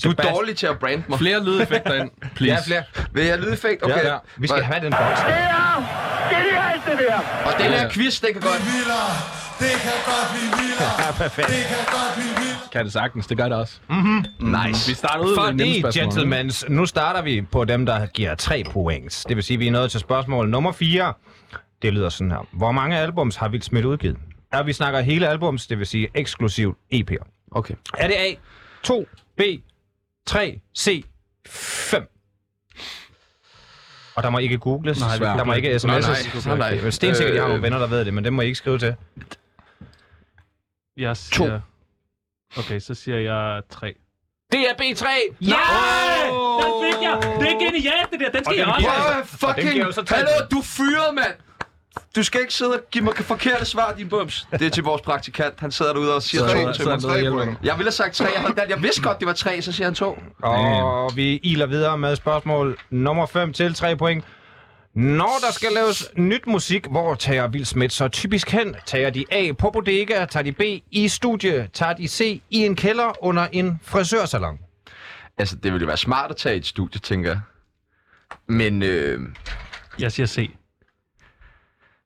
Speaker 3: Du er dårlig til at brande mig.
Speaker 5: Flere lydeffekter ind,
Speaker 6: Ja,
Speaker 5: please.
Speaker 6: flere.
Speaker 3: Vil jeg lydeffekt?
Speaker 6: Ja,
Speaker 3: Okay.
Speaker 6: ja. Vi skal have den boks.
Speaker 3: Og den her quiz, den kan godt...
Speaker 7: hviler Det kan godt blive vildere. Det kan godt blive vildt.
Speaker 5: Kan det sagtens, det gør det også. Mm-hmm. Nice. Vi starter ud med et
Speaker 6: Fordi,
Speaker 5: nemt spørgsmål.
Speaker 6: gentlemens, nu starter vi på dem, der giver tre points. Det vil sige, at vi er nået til spørgsmål nummer 4. Det lyder sådan her. Hvor mange albums har Vild Smidt udgivet? Er vi snakker hele albums, det vil sige eksklusiv EP'er.
Speaker 5: Okay.
Speaker 6: Er det A, 2, B, 3, C, 5? Og der må ikke googles,
Speaker 2: Nej,
Speaker 6: nej,
Speaker 2: vi
Speaker 6: der må
Speaker 2: googler
Speaker 6: ikke sms'es.
Speaker 5: Nej,
Speaker 6: Nej,
Speaker 5: nej,
Speaker 6: nej,
Speaker 5: nej, nej.
Speaker 6: nej. Men stensikkert, jeg har nogle
Speaker 5: Øh,
Speaker 6: venner, der ved det, men dem må I ikke skrive til.
Speaker 2: Jeg siger... Okay, så siger jeg tre.
Speaker 5: Det er B3!
Speaker 2: Ja! Oh! Den fik jeg! Det er genialt, det der. Den skal jeg også have.
Speaker 3: Prøv at fucking...
Speaker 6: giver jo så tre
Speaker 3: Hallo, du er fyret, mand! Du skal ikke sidde og give mig forkerte svar, din bums. Det er til vores praktikant. Han sidder derude og siger
Speaker 5: Så- så-
Speaker 3: to til
Speaker 5: så-
Speaker 3: mig.
Speaker 5: noget hjælp.
Speaker 3: Jeg ville have sagt tre. Jeg, havde, jeg vidste godt, det var tre, så siger han to.
Speaker 6: Og vi iler videre med spørgsmål nummer 5 til 3 point. Når der skal laves nyt musik, hvor tager Will Smith så typisk hen? Tager de A på bodega, tager de B i studie, tager de C i en kælder under en frisørsalon?
Speaker 3: Altså, det ville være smart at tage i et studie, tænker jeg. Men øh,
Speaker 2: Jeg siger C.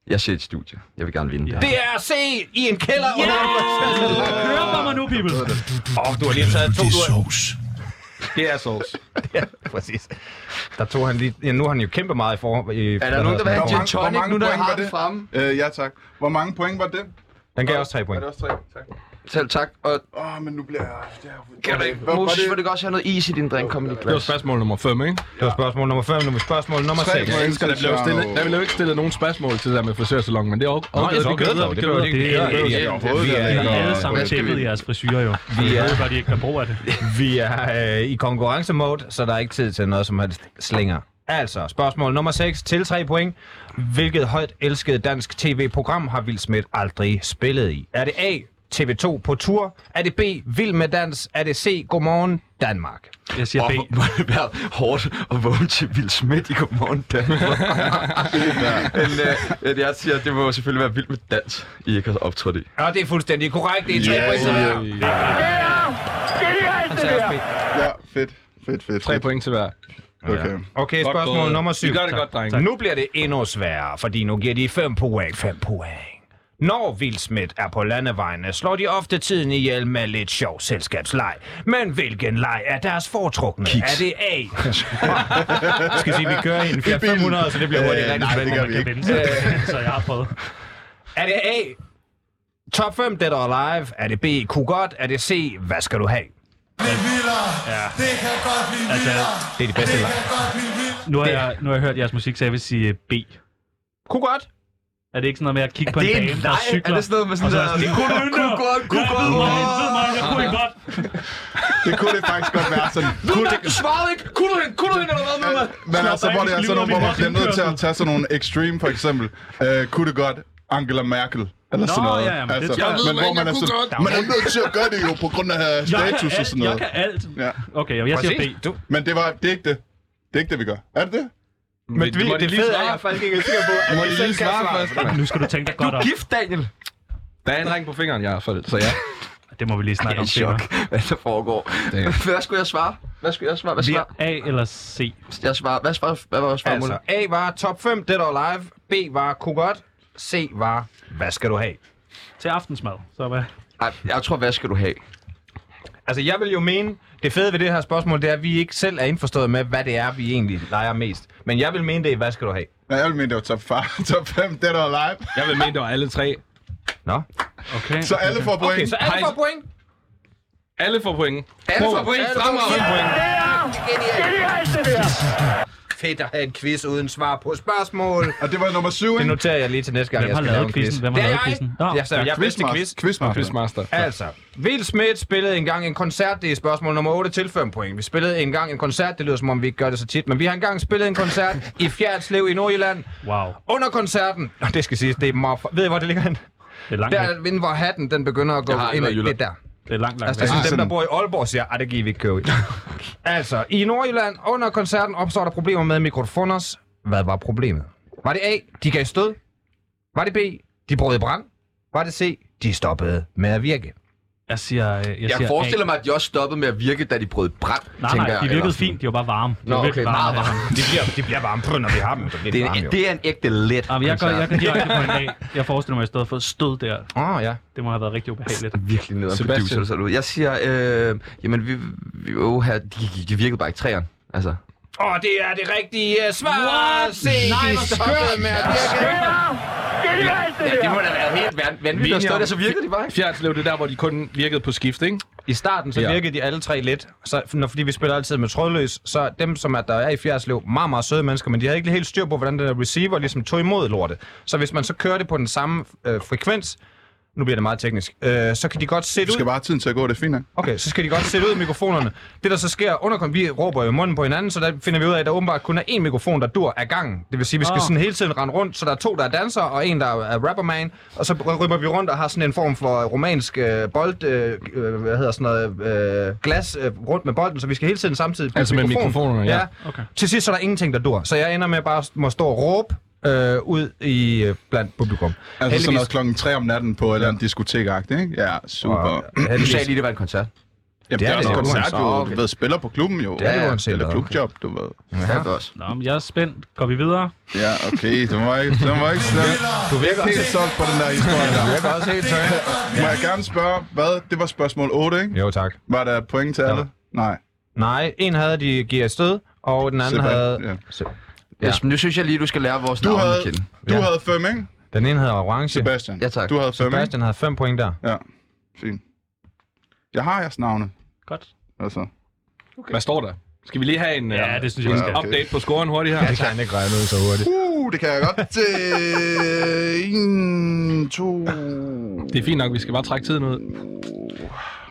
Speaker 3: jeg ser et studie. Jeg vil gerne vinde.
Speaker 2: Ja.
Speaker 3: Ja.
Speaker 6: Det er C i en kælder yeah! under en frisørsalon.
Speaker 2: Hør på mig nu, people.
Speaker 6: Åh, oh, du har lige taget to. Du har...
Speaker 5: Det er sovs.
Speaker 6: Præcis. Der tog han lige... Ja, nu har han jo kæmpe meget i forhold... I,
Speaker 3: Er der nogen, der vil have
Speaker 4: Hvor
Speaker 3: en gin
Speaker 4: mange- hvor
Speaker 3: tonic,
Speaker 4: mange
Speaker 3: nu der
Speaker 4: point
Speaker 3: har
Speaker 4: var
Speaker 3: det
Speaker 4: det?
Speaker 3: fremme?
Speaker 4: Øh, ja, tak. Hvor mange point var det?
Speaker 6: Den gav også tre
Speaker 4: Er
Speaker 6: point.
Speaker 4: det også tre? Tak.
Speaker 3: Selv tak. Og
Speaker 4: Åh, oh, men nu bliver jeg... Det er...
Speaker 3: kan du ikke,
Speaker 4: Hvor var
Speaker 3: Moses,
Speaker 4: det?
Speaker 3: vil du ikke også have noget is i din drink? Kom lige.
Speaker 5: Det var spørgsmål nummer 5, ikke?
Speaker 6: Det var spørgsmål nummer 5, nu er vi spørgsmål nummer
Speaker 4: Tre
Speaker 6: 6.
Speaker 4: point.
Speaker 5: Jeg elsker, der blev, stillet, der blev ikke stillet nogen spørgsmål til det der med frisørsalon, men det er okay.
Speaker 6: Nå, jeg så
Speaker 5: vi kører
Speaker 6: okay,
Speaker 5: videre,
Speaker 6: dog.
Speaker 5: vi
Speaker 6: Det
Speaker 5: kører
Speaker 6: behøver
Speaker 5: videre.
Speaker 6: det ikke.
Speaker 2: Det er-
Speaker 6: Det er overhovedet
Speaker 4: Vi
Speaker 2: I
Speaker 4: er-
Speaker 6: ikke-
Speaker 2: har alle
Speaker 3: Hvad
Speaker 2: sammen
Speaker 3: skal
Speaker 2: tæppet
Speaker 3: vi?
Speaker 2: jeres frisyrer jo. Vi
Speaker 6: er-
Speaker 2: ved godt, I ikke gør brug af det.
Speaker 6: Vi er øh, i konkurrencemode, så der er ikke tid til noget som helst slinger. Altså, spørgsmål nummer 6 til 3 point. Hvilket højt elsket dansk tv-program har Will Smith aldrig spillet i? Er det A, TV2 på tur? Er det B, Vild med dans? Er det C, Godmorgen Danmark?
Speaker 2: Jeg siger B.
Speaker 3: Hvor må det være hårdt at vågne til Will Smith i Godmorgen Danmark. Men øh, jeg siger, at det må selvfølgelig være vildt med dans, I ikke har optrådt i.
Speaker 6: Og det er fuldstændig korrekt. Det er 3
Speaker 4: Ja,
Speaker 6: point til
Speaker 4: ja,
Speaker 6: hver. Han sagde også B.
Speaker 4: Ja, fedt. Fedt, fedt.
Speaker 5: Tre
Speaker 4: fedt.
Speaker 5: point til hver.
Speaker 4: Okay.
Speaker 6: Okay, spørgsmål
Speaker 5: gået.
Speaker 6: nummer 7.
Speaker 5: Vi gør det godt, drenge.
Speaker 6: Nu bliver det endnu sværere, fordi nu giver de 5 point. 5 point. Når Will Smith er på landevejene, slår de ofte tiden ihjel med lidt sjov selskabsleg. Men hvilken leg er deres foretrukne? Er det A? Jeg skal sige, vi kører i en Fiat
Speaker 4: bilen.
Speaker 6: 500, så det bliver hurtigt
Speaker 4: Øh,
Speaker 6: rigtig
Speaker 4: nej, det
Speaker 6: spændende.
Speaker 4: gør
Speaker 2: Man
Speaker 4: vi
Speaker 2: kan
Speaker 4: ikke.
Speaker 2: vinde sig, så jeg har prøvet.
Speaker 6: Er det A? Top 5 Dead or Alive? Er det B? Ku godt? Er det C? Hvad skal du have?
Speaker 7: Blive vildere.
Speaker 2: Ja.
Speaker 7: Det kan godt blive
Speaker 2: Altså,
Speaker 7: vildere.
Speaker 6: Det er de bedste
Speaker 7: Det
Speaker 6: leg.
Speaker 7: kan godt blive vildt.
Speaker 2: Nu har, jeg, nu har jeg hørt jeres musik, så jeg vil sige øh, B.
Speaker 6: Ku godt?
Speaker 2: Er det ikke sådan noget med at kigge på en dame, der cykler?
Speaker 3: Er det sådan noget med sådan
Speaker 2: Og så er
Speaker 3: noget?
Speaker 2: sådan,
Speaker 3: Det kunne du
Speaker 2: kunne
Speaker 3: godt, kunne godt.
Speaker 2: Jeg kunne ikke godt.
Speaker 4: Det kunne det faktisk godt være sådan. Kunne det,
Speaker 3: Du svarede ikke. Kunne du hende? Kunne du hende eller hvad med mig?
Speaker 4: men altså, hvor det er sådan nogle, hvor man bliver nødt til at tage sådan nogle extreme, for eksempel. Øh, kunne det godt Angela Merkel? Eller
Speaker 2: Nå,
Speaker 4: sådan noget.
Speaker 2: ja, ja, men det
Speaker 4: altså,
Speaker 2: tror jeg. Jeg
Speaker 4: men hvor man er, sådan, man er nødt til at gøre det jo på grund af status og sådan
Speaker 2: Jeg
Speaker 4: noget.
Speaker 2: kan alt.
Speaker 4: Ja.
Speaker 2: Okay, jeg siger B.
Speaker 6: Du,
Speaker 4: Men det, var, det er ikke det. Det er ikke det, vi gør. Er det det?
Speaker 5: Men vi, det, det fede er,
Speaker 6: faktisk ikke er sikker på, at
Speaker 5: må I lige svare først.
Speaker 2: Nu skal du tænke dig godt om.
Speaker 3: Gift, Daniel.
Speaker 5: Der er en ring på fingeren, jeg har for det, så ja.
Speaker 2: Det må vi lige
Speaker 3: Jeg
Speaker 2: snakke
Speaker 3: er
Speaker 2: om
Speaker 3: i chok,
Speaker 2: senere.
Speaker 3: hvad der foregår. Hvad skulle jeg svare? Hvad skulle jeg svare? Hvad
Speaker 2: Vi
Speaker 3: svarer
Speaker 2: er A eller C.
Speaker 3: jeg? Svarer, hvad svarer? Hvad var svaret?
Speaker 6: Altså,
Speaker 3: Altså.
Speaker 6: A var top 5 Dead or Alive, B var kunne godt, C var hvad skal du have?
Speaker 2: Til aftensmad. Så hvad?
Speaker 3: Ej, jeg tror, hvad skal du have?
Speaker 6: Altså, jeg vil jo mene, det fede ved det her spørgsmål, det er, at vi ikke selv er indforstået med, hvad det er, vi egentlig leger mest. Men jeg vil mene det, er, hvad skal du have?
Speaker 4: Nej, jeg vil mene, det var top 5, top 5 Dead or Alive.
Speaker 5: Jeg vil mene, det var alle tre.
Speaker 6: Nå?
Speaker 2: Okay.
Speaker 4: Så alle får point.
Speaker 6: Okay, så alle får point.
Speaker 5: Alle får point.
Speaker 3: Alle får point fremragende.
Speaker 6: Fedt at have en quiz uden svar på spørgsmål.
Speaker 4: Og det var nummer 7,
Speaker 6: Det
Speaker 4: ikke?
Speaker 6: noterer jeg lige til næste gang,
Speaker 2: Hvem
Speaker 6: jeg
Speaker 2: har
Speaker 6: skal lave
Speaker 2: lavet
Speaker 6: en
Speaker 2: quizzen?
Speaker 6: quiz.
Speaker 2: Hvem har
Speaker 6: det er
Speaker 2: lavet
Speaker 6: jeg.
Speaker 2: quizzen?
Speaker 6: Jeg, jeg, jeg er bedst til quiz.
Speaker 4: Quizmaster.
Speaker 5: Quizmaster.
Speaker 6: Altså, Will Smith spillede engang en koncert, det er spørgsmål nummer 8 til 5 point. Vi spillede engang en koncert, det lyder som om vi ikke gør det så tit, men vi har engang spillet en koncert i Fjerdslev i Nordjylland.
Speaker 2: Wow.
Speaker 6: Under koncerten, og det skal siges, det er meget... Ved I, hvor det ligger hen?
Speaker 2: Det er langt
Speaker 6: Der
Speaker 2: væk.
Speaker 6: er den, hvor hatten, den begynder at gå
Speaker 3: har en
Speaker 6: ind,
Speaker 3: fra
Speaker 6: i-
Speaker 3: Jylland.
Speaker 6: det er der.
Speaker 2: Det er langt, langt
Speaker 6: Altså,
Speaker 2: væk.
Speaker 6: det er
Speaker 4: Ah,
Speaker 6: sådan, dem, der
Speaker 4: sådan.
Speaker 6: bor i Aalborg, siger, at det giver vi ikke købe i. altså, i Nordjylland, under koncerten, opstår der problemer med mikrofoner. Hvad var problemet? Var det A, de gav stød? Var det B, de brød i brand? Var det C, de stoppede med at virke?
Speaker 2: Jeg siger... øh, Jeg,
Speaker 3: Jeg
Speaker 2: siger
Speaker 3: forestiller
Speaker 2: A.
Speaker 3: mig, at de også stoppede med at virke, da de brød brand,
Speaker 2: Nej,
Speaker 3: tænker
Speaker 2: nej,
Speaker 3: jeg,
Speaker 2: de
Speaker 3: eller
Speaker 2: virkede
Speaker 3: sådan.
Speaker 2: fint. De var bare varme. De
Speaker 3: Nå,
Speaker 2: var
Speaker 3: okay,
Speaker 2: virkelig
Speaker 3: meget
Speaker 2: varme.
Speaker 3: varme.
Speaker 6: Det bliver, det bliver varme på, når vi har dem. Så bliver
Speaker 3: Det
Speaker 6: det
Speaker 3: er,
Speaker 6: varme, jo.
Speaker 3: en, det er en ægte let
Speaker 2: Jamen, jeg, går,
Speaker 3: koncert.
Speaker 2: jeg kan direkte på en dag. Jeg forestiller mig, at i stedet for stød der.
Speaker 6: Åh,
Speaker 3: Ah,
Speaker 6: oh, ja.
Speaker 2: Det må have været rigtig ubehageligt.
Speaker 3: virkelig ned
Speaker 5: Sebastian.
Speaker 3: producer, så ud. Jeg siger, øh, jamen, vi, vi, oh, her, de, de virkede bare ikke træerne. Altså,
Speaker 6: Åh, det er det rigtige uh, svar. Se, Nej, de skørt med at virke.
Speaker 3: ja, det må da være helt van- vanvittigt at stå der, så virkede de bare ikke.
Speaker 5: Fjerdslev, det er der, hvor de kun virkede på skift, ikke?
Speaker 6: I starten, så
Speaker 5: Ja.
Speaker 6: virkede de alle tre lidt. Så, når, fordi vi spiller altid med trådløs, så dem, som er, der er i fjerdslev, meget, meget søde mennesker, men de havde ikke helt styr på, hvordan den der receiver ligesom tog imod lortet. Så hvis man så kører det på den samme øh, frekvens, nu bliver det meget teknisk, øh, så kan de godt sætte
Speaker 4: Du
Speaker 6: ud.
Speaker 4: skal bare have tiden til at gå, det er fint nok.
Speaker 6: Okay, så skal de godt sætte ud af mikrofonerne. Det, der så sker under kom- vi råber jo i munden på hinanden, så der finder vi ud af, at der åbenbart kun er én mikrofon, der dur af gangen. Det vil sige, at vi skal
Speaker 5: Ah.
Speaker 2: Åh.
Speaker 6: sådan hele tiden rende rundt, så der er to, der er danser, og en, der er rapperman. Og så rømmer vi rundt og har sådan en form for romansk øh, bold, øh, øh, hvad hedder sådan noget, øh, glas øh, rundt med bolden, så vi skal hele tiden samtidig
Speaker 5: Altså med mikrofonerne, ja.
Speaker 2: Okay.
Speaker 6: Til sidst så er der ingenting, der dur. Så jeg ender med bare at må stå og råbe øh, ud i, øh, blandt publikum.
Speaker 4: Altså Heldigvis. sådan noget
Speaker 6: Heldigvis-
Speaker 4: klokken 3 om natten på et eller andet diskotekagtigt, ikke? Ja, super.
Speaker 6: Og,
Speaker 4: Wow.
Speaker 3: Du
Speaker 6: heldigvis-
Speaker 3: sagde lige, det var en koncert.
Speaker 4: Jamen, det,
Speaker 6: det
Speaker 4: er
Speaker 6: er
Speaker 4: også
Speaker 6: det jo.
Speaker 4: koncert,
Speaker 6: Så,
Speaker 4: jo. Du
Speaker 3: okay.
Speaker 4: ved, spiller på klubben jo.
Speaker 6: Det er det
Speaker 4: Ja,
Speaker 6: uanset
Speaker 4: Eller
Speaker 6: hvad.
Speaker 4: klubjob, du ved.
Speaker 3: Ja. Det også.
Speaker 2: Nå, men jeg er spændt. Går vi videre?
Speaker 4: Ja, okay, det var ikke, det var ikke sådan. Du virker helt solgt på den der historie der.
Speaker 6: Jeg kan også helt tørre.
Speaker 4: Må jeg gerne spørge, hvad? Det var spørgsmål 8, ikke?
Speaker 6: Jo, tak.
Speaker 4: Var der point til alle? Nej.
Speaker 6: Nej, en havde de giver stød, og den anden
Speaker 4: Sebastian,
Speaker 6: havde...
Speaker 4: ja.
Speaker 6: Se-
Speaker 3: Ja. Nu synes jeg lige, du skal lære vores
Speaker 4: Du
Speaker 3: navne
Speaker 4: havde,
Speaker 3: at kende.
Speaker 4: du
Speaker 6: Ja.
Speaker 4: havde fem, ikke?
Speaker 6: Den ene havde orange.
Speaker 4: Sebastian.
Speaker 3: Ja, tak.
Speaker 4: Du havde fem, ikke?
Speaker 6: Sebastian havde 5 point der.
Speaker 4: Ja, fint. Jeg har jeres navne,
Speaker 2: Godt.
Speaker 4: altså.
Speaker 5: Okay. Hvad står der? Skal vi lige have en,
Speaker 2: Ja,
Speaker 5: øh,
Speaker 2: det synes jeg, vi
Speaker 5: en
Speaker 2: skal.
Speaker 5: update på scoren hurtigt her?
Speaker 6: Det kan han ikke regne ud så hurtigt.
Speaker 4: Uh, det kan jeg godt. Øh, en, to...
Speaker 5: Det er fint nok, vi skal bare trække tiden ud.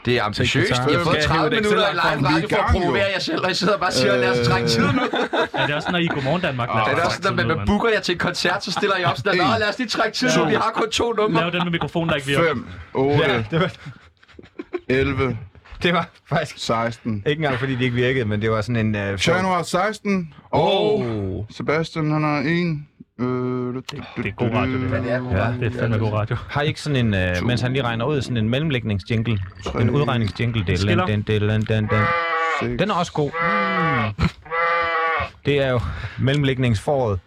Speaker 3: Det er ambitiøst.
Speaker 5: Teknisk.
Speaker 3: Jeg har
Speaker 5: Skal
Speaker 3: fået
Speaker 5: jeg hive
Speaker 3: 30
Speaker 5: et
Speaker 3: minutter af
Speaker 5: Excel-ark
Speaker 3: live
Speaker 4: frem? Vi er
Speaker 3: radio
Speaker 4: i
Speaker 3: for at
Speaker 4: gang, jo.
Speaker 3: promovere jer selv, og I sidder bare og siger, lad os trække
Speaker 4: Øh.
Speaker 3: tiden ud.
Speaker 2: Er det også sådan, når I Godmorgen Danmark?
Speaker 3: Ah, Det er da også, når man booker jer til en koncert, så stiller jeg op sådan,
Speaker 4: En.
Speaker 3: "Nå, lad os lige trække tiden ud, vi har kun to numre.
Speaker 2: Lav den med mikrofonen, der ikke virker.
Speaker 4: 5, 8,
Speaker 6: Ja, det var,
Speaker 4: 11,
Speaker 6: det var faktisk
Speaker 4: 16.
Speaker 6: ikke engang, fordi det ikke virkede, men det var sådan en... Øh, sjov-
Speaker 4: Januar 16, og oh. Sebastian, han har en... Øh,
Speaker 2: Det er god radio, det her.
Speaker 6: Ja.
Speaker 2: Det er fandme god radio.
Speaker 6: Har I ikke sådan en, øh, mens han lige regner ud, sådan en mellemlægningsjingle? En udregningsjingle? Den,
Speaker 2: Skiller.
Speaker 6: den, den, den, den, den. Den er også god.
Speaker 4: Mm.
Speaker 6: Det er jo mellemlægningsforåret.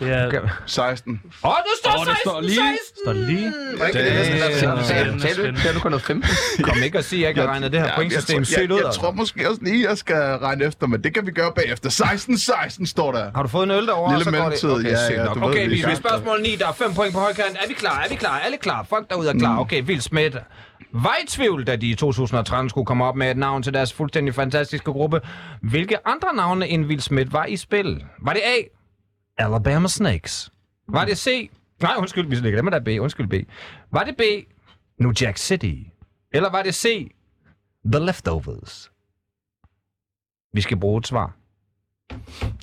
Speaker 2: Det er...
Speaker 4: 16.
Speaker 6: Åh, oh, nu står
Speaker 5: Og det står lige.
Speaker 2: Står lige.
Speaker 3: Sagde- Sagde du- sagde du kun noget 15?
Speaker 6: Kom ikke og sige, at jeg ikke har regnet det her pointsystem
Speaker 4: jeg,
Speaker 6: sygt
Speaker 4: jeg,
Speaker 6: ud.
Speaker 4: jeg tror
Speaker 6: altså.
Speaker 4: måske også lige, jeg skal regne efter, men det kan vi gøre bagefter. 16-16 står der.
Speaker 6: Har du fået en øl derovre,
Speaker 4: Lille
Speaker 6: og så
Speaker 4: mellemtid,
Speaker 6: går det... Okay,
Speaker 4: ja,
Speaker 6: sygt
Speaker 4: ja,
Speaker 6: nok.
Speaker 4: du ved,
Speaker 6: Okay,
Speaker 4: vi er i
Speaker 6: vi er
Speaker 4: gang. altså.
Speaker 6: spørgsmål 9, der er 5 point på højkanten. Er vi klar? Er vi klar? Alle klar? Folk derude er
Speaker 4: Mm.
Speaker 6: klar. Okay, Vild Smidt. Var i tvivl, da de i 2013 skulle komme op med et navn til deres fuldstændig fantastiske gruppe. Hvilke andre navne end Vild Smidt var i spil? Var det A. Alabama Snakes? Var det C. Nej, undskyld, vi lægger dem er der B. Undskyld B. Var det B. New Jack City? Eller var det C. The Leftovers? Vi skal bruge et svar.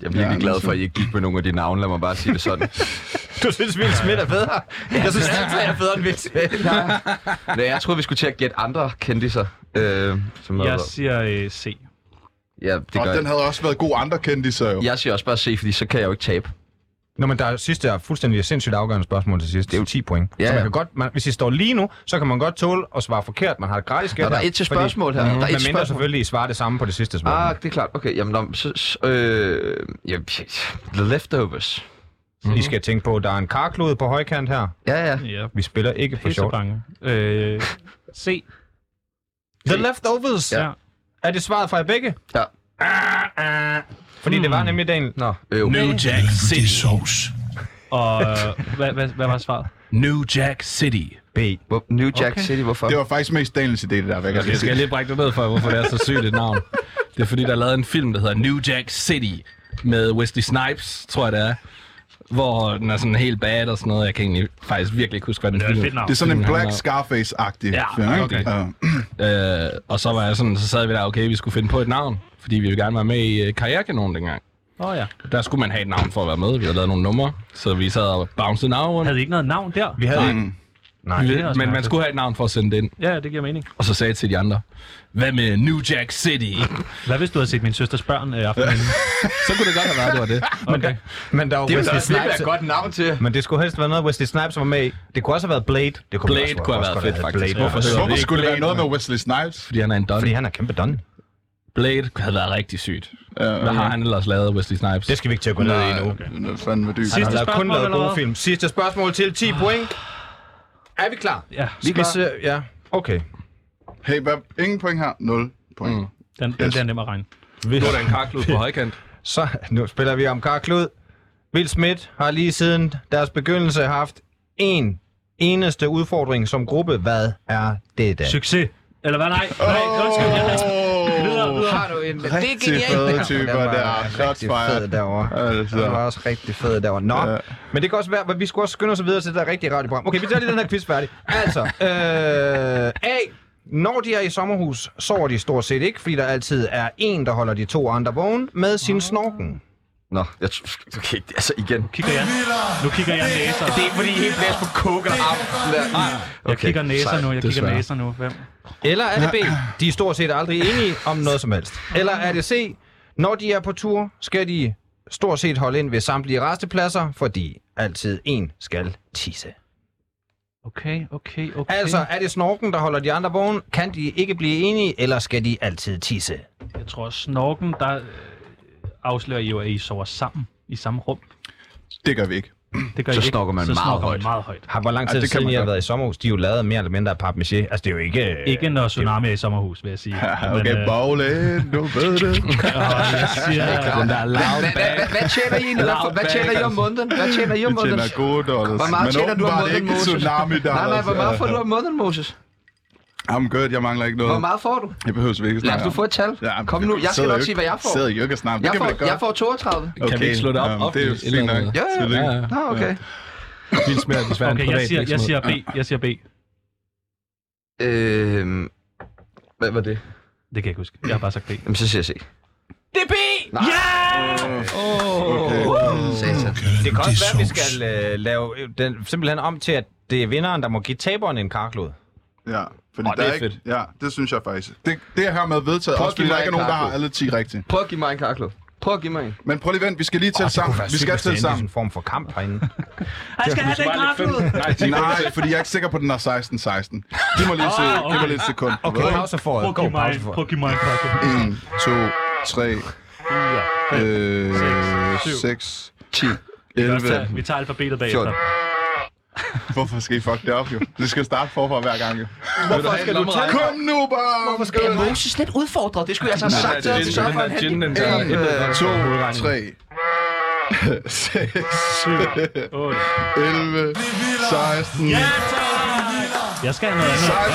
Speaker 3: Jeg er virkelig glad for, at I ikke gik med nogen af de navne, lad mig bare sige det sådan.
Speaker 6: Du synes, Will Smith er federe? Jeg synes altid, jeg er federe end Will Smith.
Speaker 3: Nej, jeg troede, vi skulle til at gætte andre kendtiser. Øh, som
Speaker 2: Jeg
Speaker 3: yes.
Speaker 2: siger øh, C.
Speaker 3: Ja, det gør
Speaker 4: Og den
Speaker 3: jeg.
Speaker 4: havde også været god andre kendiser jo.
Speaker 3: Jeg siger også bare C, fordi så kan jeg jo ikke tabe.
Speaker 6: Nå, men der er sidste er fuldstændig sindssygt afgørende spørgsmål til sidst. Det er jo 10 point.
Speaker 3: Ja,
Speaker 6: Ja, så
Speaker 3: ja.
Speaker 6: man kan godt, man, hvis I står lige nu, så kan man godt tåle at svare forkert. Man har et gratis gæt
Speaker 3: Nå, der er
Speaker 6: her,
Speaker 3: et til
Speaker 6: fordi-
Speaker 3: spørgsmål her. Der er et
Speaker 6: man mindre
Speaker 3: spørgsmål.
Speaker 6: selvfølgelig, I svarer det samme på det sidste spørgsmål.
Speaker 3: Ah, det er klart. Okay, jamen, nå, så, så, øh, ja, The Leftovers. mm-hmm.
Speaker 6: I skal tænke på, at der er en karklode på højkant her.
Speaker 3: Ja, ja.
Speaker 2: Ja,
Speaker 6: Vi spiller ikke for sjovt.
Speaker 2: pissebange. Øh, C.
Speaker 6: The Leftovers.
Speaker 2: Ja.
Speaker 6: Ja. Er det svaret fra jer begge?
Speaker 3: Ja.
Speaker 6: Ah, ah. Fordi
Speaker 5: Hmm.
Speaker 6: det var nemlig dagen... Nå.
Speaker 3: Øv.
Speaker 5: New Jack City.
Speaker 2: Og øh, hvad, hvad, hvad var svaret?
Speaker 5: New Jack City.
Speaker 6: B.
Speaker 3: Hvor- New Jack
Speaker 2: Okay.
Speaker 3: City, hvorfor?
Speaker 4: Det var faktisk mest Daniels idé, det der. Hvad jeg
Speaker 5: Jeg skal
Speaker 4: sige.
Speaker 5: lige brække det ned for, hvorfor det er så sygt et navn. Det er fordi, der er lavet en film, der hedder New Jack City med Wesley Snipes, tror jeg det er. Hvor den er sådan helt bad og sådan noget. Jeg kan egentlig faktisk virkelig ikke huske, hvad den
Speaker 2: Det er et
Speaker 5: film
Speaker 2: fedt navn.
Speaker 4: Det er sådan en
Speaker 5: Mm,
Speaker 4: Black
Speaker 5: han er-
Speaker 4: Scarface-agtig
Speaker 5: Ja,
Speaker 4: film,
Speaker 5: okay.
Speaker 4: ikke? Ja.
Speaker 5: Øh, og så var jeg sådan, så sad vi der, okay, vi skulle finde på et navn, fordi vi ville gerne være med i øh, Karrierekanonen dengang.
Speaker 2: Åh oh, ja.
Speaker 5: Der skulle man have et navn for at være med. Vi havde lavet nogle numre, så vi sad og bouncede navn.
Speaker 2: Havde I ikke noget navn der?
Speaker 6: Vi havde ikke.
Speaker 2: Nej, det er også
Speaker 5: Men man
Speaker 2: mærkeligt.
Speaker 5: skulle have et navn for at sende det ind.
Speaker 2: Ja, det giver mening.
Speaker 5: Og så sagde jeg til de andre, hvad med New Jack City?
Speaker 2: Hvad hvis du havde set min søsters børn øh, aftenen? inden?
Speaker 5: så kunne det godt have været, det var det.
Speaker 2: Okay.
Speaker 6: Men der var
Speaker 3: Det vil
Speaker 6: Wesley
Speaker 3: da
Speaker 6: Snipes.
Speaker 3: være et godt navn til.
Speaker 6: Men det skulle helst være noget, Wesley Snipes var med i. Det kunne også have været Blade. Det kunne
Speaker 5: Blade
Speaker 6: også,
Speaker 5: kunne have
Speaker 6: også
Speaker 5: været
Speaker 6: godt
Speaker 5: fedt, faktisk.
Speaker 6: Blade.
Speaker 5: Hvorfor
Speaker 6: Ja.
Speaker 5: så?
Speaker 4: Hvorfor
Speaker 5: ikke
Speaker 4: skulle det være
Speaker 5: Blade,
Speaker 4: noget med Wesley Snipes?
Speaker 5: Fordi han er en don.
Speaker 6: Fordi han er kæmpe done.
Speaker 5: Blade havde været rigtig sygt. Hvad har han ellers lavet, Wesley Snipes?
Speaker 6: Det skal vi ikke til at gå ned i nu.
Speaker 4: Øh, det er fandme dybt.
Speaker 2: Sidste
Speaker 6: Der er kun
Speaker 2: spørgsmål,
Speaker 6: lavet
Speaker 2: eller
Speaker 6: gode
Speaker 2: hvad? Ah.
Speaker 6: film. Sidste spørgsmål til 10 point. Er vi klar?
Speaker 2: Ja,
Speaker 6: Vi skal se, ja. Okay.
Speaker 4: Hey, hvad? Ingen point her. Nul point. Mm.
Speaker 2: den, den bliver nem at regne.
Speaker 5: Nu er der en karklud på højkant.
Speaker 6: Så nu spiller vi om Karl Klud. Will Smith har lige siden deres begyndelse haft en eneste udfordring som gruppe. Hvad er det da?
Speaker 2: Succes. Eller hvad? Nej. Nej, undskyld. Videre, videre.
Speaker 6: Har du en
Speaker 4: Rigtig fede typer
Speaker 6: Den var
Speaker 4: der. Shots
Speaker 6: Rigtig fed
Speaker 4: fired.
Speaker 6: derovre.
Speaker 4: Altså.
Speaker 6: Den var også rigtig fed derovre. Nå,
Speaker 4: Ja.
Speaker 6: men det kan også være, at vi skulle også skynde os videre til det der rigtige radioprogram. Okay, vi tager lige den her quiz færdig. Altså, øh, A. Når de er i sommerhus, sover de stort set ikke, fordi der altid er en, der holder de to andre vågen med sin snorken.
Speaker 3: Nå, jeg, t- okay, det- altså igen.
Speaker 2: Kigger jeg. Nu kigger jeg næser.
Speaker 3: Det er fordi, I er helt blæst på coke eller aften.
Speaker 2: Jeg kigger næser nu. Jeg kigger
Speaker 5: desværre.
Speaker 2: næser nu. Hvem?
Speaker 6: Eller er det B. De er stort set aldrig enige om noget som helst. Eller er det C. Når de er på tur, skal de stort set holde ind ved samtlige restepladser, fordi altid en skal tisse.
Speaker 2: Okay, okay, okay.
Speaker 6: Altså, er det snorken, der holder de andre vågen? Kan de ikke blive enige, eller skal de altid tisse?
Speaker 2: Jeg tror, snorken, der øh, afslører I jo, at I sover sammen i samme rum.
Speaker 4: Det gør vi ikke.
Speaker 2: Det gør
Speaker 3: Så
Speaker 2: I ikke.
Speaker 3: snorker man
Speaker 2: så
Speaker 3: meget
Speaker 2: snorker man
Speaker 3: højt.
Speaker 2: meget højt.
Speaker 6: Har hvor lang tid
Speaker 4: Ja,
Speaker 6: ja,
Speaker 4: det kan
Speaker 6: siden
Speaker 4: man
Speaker 6: I har
Speaker 4: godt.
Speaker 6: været i sommerhus? De er jo lavet mere eller mindre af papmaché. Altså, det er jo ikke...
Speaker 2: Ikke når tsunami er i sommerhus, vil jeg sige. Men,
Speaker 4: Okay,
Speaker 2: øh,
Speaker 4: bogle, du ved det.
Speaker 2: og jeg siger,
Speaker 5: Den der loud
Speaker 3: Hvad, hvad, hvad, hvad tjener I egentlig? Hvad, hvad tjener I om måneden? Hvad tjener I
Speaker 4: Vi
Speaker 3: om måneden?
Speaker 4: tjener gode dollars.
Speaker 3: Hvor meget
Speaker 4: Men
Speaker 3: tjener du om
Speaker 4: åbenbart
Speaker 3: måneden,
Speaker 4: ikke
Speaker 3: Moses?
Speaker 4: tsunami dollars.
Speaker 3: Nej, nej, hvor meget får du om måneden, Moses?
Speaker 4: I'm good, jeg mangler ikke noget.
Speaker 3: Hvor meget får du?
Speaker 4: Jeg behøver ikke at
Speaker 3: Lad
Speaker 4: snakke
Speaker 3: os nu få et tal.
Speaker 4: Ja,
Speaker 3: Kom nu, jeg skal
Speaker 4: sidder
Speaker 3: nok
Speaker 4: jo
Speaker 3: sige,
Speaker 4: ikke-
Speaker 3: hvad jeg får.
Speaker 4: Sidder I jo ikke og snakker. Det
Speaker 3: Jeg
Speaker 4: kan man da
Speaker 3: får,
Speaker 4: godt.
Speaker 3: jeg får 32.
Speaker 4: Okay.
Speaker 5: Kan vi ikke slå det op
Speaker 4: jamen, det er jo fint
Speaker 5: offentligt eller
Speaker 4: nok.
Speaker 5: noget?
Speaker 3: Ja, ja.
Speaker 4: Selvfølgelig.
Speaker 5: ja.
Speaker 3: Nå, okay.
Speaker 5: Vildt smager, desværre en
Speaker 2: okay,
Speaker 5: privat
Speaker 2: jeg siger, jeg
Speaker 5: virksomhed.
Speaker 2: siger B. Jeg siger B.
Speaker 3: Øhm, hvad var det?
Speaker 2: Det kan jeg ikke huske. Jeg har bare sagt B.
Speaker 3: Jamen, så siger jeg C.
Speaker 6: Det er B!
Speaker 4: Okay.
Speaker 3: Satan.
Speaker 6: Det kan også være, at vi skal øh, lave øh, den, simpelthen om til, at det er vinderen, der må give taberen en karklod.
Speaker 4: Ja, fordi der
Speaker 5: Åh, det er
Speaker 4: er ikke,
Speaker 5: fedt.
Speaker 4: Ja, det synes jeg faktisk. Det, det er hermed vedtaget,
Speaker 3: Prøv
Speaker 4: også
Speaker 3: at
Speaker 4: fordi der
Speaker 3: give mig
Speaker 4: ikke er
Speaker 3: en
Speaker 4: nogen, der har
Speaker 3: kakao.
Speaker 4: alle 10 rigtige.
Speaker 3: Prøv at give mig en karklub. Prøv at give mig en.
Speaker 4: Men prøv lige vent, vi skal lige tælle sammen. Vi skal tælle sammen.
Speaker 6: en form for kamp herinde.
Speaker 2: Han skal have den kraft
Speaker 5: Nej, det er
Speaker 4: Nej, fordi jeg er ikke sikker på, at den er 16-16. Giv mig lige, et se, giv mig lige et sekund. Okay.
Speaker 6: Gå pause for
Speaker 2: Prøv
Speaker 6: det.
Speaker 2: at give
Speaker 6: Gå
Speaker 2: mig,
Speaker 6: pause for
Speaker 2: prøv at give mig en kraft.
Speaker 4: 1, 2, 3, øh, 4, 6, 10, 11.
Speaker 2: Vi tager alfabetet bagefter.
Speaker 4: Hvorfor skal I fuck det op, jo? Det skal starte forfra hver gang, jo.
Speaker 5: Hvorfor skal du tage?
Speaker 4: Kom nu, bare! Hvorfor skal
Speaker 3: Det er Moses lidt udfordret. Det skulle jeg altså have sagt til
Speaker 5: Nej,
Speaker 3: dig.
Speaker 5: det er
Speaker 3: Sørg
Speaker 5: den
Speaker 3: for
Speaker 5: der
Speaker 3: en
Speaker 5: gin, den
Speaker 3: handy.
Speaker 5: der.
Speaker 3: En, øh,
Speaker 4: 2, 3, 6, 11, 16,
Speaker 2: Jeg skal have noget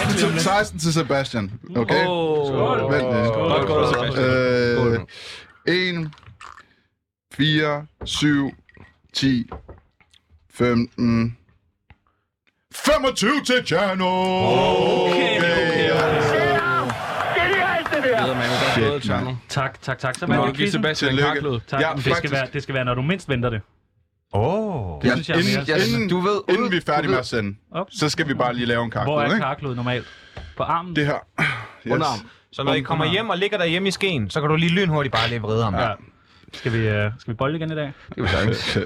Speaker 2: andet.
Speaker 4: 16 til, 16 til Sebastian. Okay?
Speaker 5: Skål.
Speaker 4: Vent lidt.
Speaker 5: Godt gået, Sebastian.
Speaker 4: Øh, 1, 4, 7, 10, 15, 25 til Tjerno! Okay,
Speaker 5: Godt gået, Tjerno.
Speaker 2: Tak, tak, tak. Så
Speaker 5: Nu
Speaker 2: var
Speaker 5: må du
Speaker 2: det
Speaker 5: give
Speaker 2: quizzen.
Speaker 5: Sebastian en
Speaker 4: ligesom- Tillykke.
Speaker 5: karklud.
Speaker 2: Tak.
Speaker 4: Ja,
Speaker 2: det, skal
Speaker 4: faktisk.
Speaker 2: være, det skal være, når du mindst venter det.
Speaker 6: Åh.
Speaker 2: Det synes jeg er mere.
Speaker 4: Inden, inden,
Speaker 3: Du ved,
Speaker 4: inden vi er
Speaker 3: du
Speaker 4: færdige
Speaker 3: ved-
Speaker 4: med at sende,
Speaker 2: Op.
Speaker 4: så skal vi bare lige lave en
Speaker 2: Hvor
Speaker 4: kaktus,
Speaker 2: er
Speaker 4: ikke?
Speaker 2: karklod normalt? På armen?
Speaker 4: Det her. Yes.
Speaker 6: Underarm. Så når I kommer hjem og ligger derhjemme i skeen, så kan du lige lynhurtigt bare lige vride om.
Speaker 2: Ja. Skal vi, øh, skal vi bolle igen i dag?
Speaker 6: Det er fredag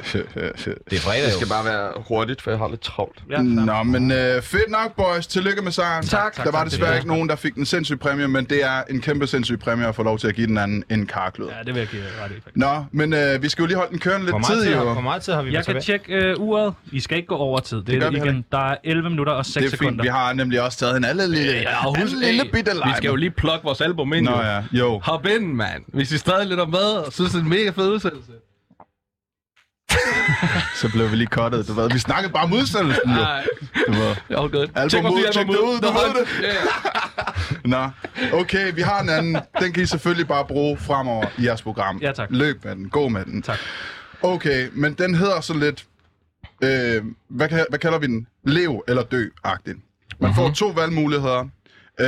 Speaker 3: Det
Speaker 6: jo.
Speaker 3: skal bare være hurtigt, for jeg har lidt travlt.
Speaker 2: Ja,
Speaker 4: Nå, men øh, fedt nok, boys. Tillykke med sejren.
Speaker 3: Tak, tak,
Speaker 4: der var
Speaker 2: tak,
Speaker 4: desværre
Speaker 2: det er
Speaker 4: ikke nogen, der fik den sindssyge præmie, men det er en kæmpe sindssyg præmie at få lov til at give den anden en karklød.
Speaker 2: ja det vil jeg give ret i. faktisk.
Speaker 4: Nå, men øh, vi skal jo lige holde den kørende
Speaker 6: Hvor
Speaker 4: lidt
Speaker 6: meget,
Speaker 4: tid,
Speaker 6: tid
Speaker 4: jo.
Speaker 6: har, hvor meget tid har vi
Speaker 2: Jeg kan tjekke øh, uret. I skal ikke gå over tid. Det,
Speaker 4: altså, gør
Speaker 2: er
Speaker 4: vi heller
Speaker 2: igen. Der er 11 minutter og 6
Speaker 4: Det er fint.
Speaker 2: sekunder.
Speaker 4: Vi har nemlig også taget en alle lille,
Speaker 5: Ja, og
Speaker 4: en
Speaker 5: husk,
Speaker 4: lille
Speaker 5: hey,
Speaker 4: bitte lejr.
Speaker 5: Vi skal jo lige plukke vores album ind.
Speaker 4: Nå
Speaker 5: jo.
Speaker 4: ja, jo.
Speaker 5: Hop ind, mand. Hvis I stadig lytter med og synes, det er en mega fed udsendelse.
Speaker 4: Så blev vi lige cuttet. Du ved, vi snakkede bare om udsendelsen, jo.
Speaker 5: Nej,
Speaker 4: Du ved.
Speaker 5: all good.
Speaker 4: Album
Speaker 5: vores
Speaker 4: ud,
Speaker 5: nye
Speaker 4: tjek det ud,
Speaker 5: Nå,
Speaker 4: du ved det.
Speaker 5: Ja, ja.
Speaker 4: Nå, okay, vi har en anden. Den kan I selvfølgelig bare bruge fremover i jeres program.
Speaker 2: Ja, tak.
Speaker 4: Løb med den, gå med den.
Speaker 2: Tak.
Speaker 4: Okay, men den hedder så lidt, øh, hvad, ka- hvad kalder vi den? Lev eller dø-agtigt.
Speaker 2: Mhm.
Speaker 4: Man får to valgmuligheder, øh,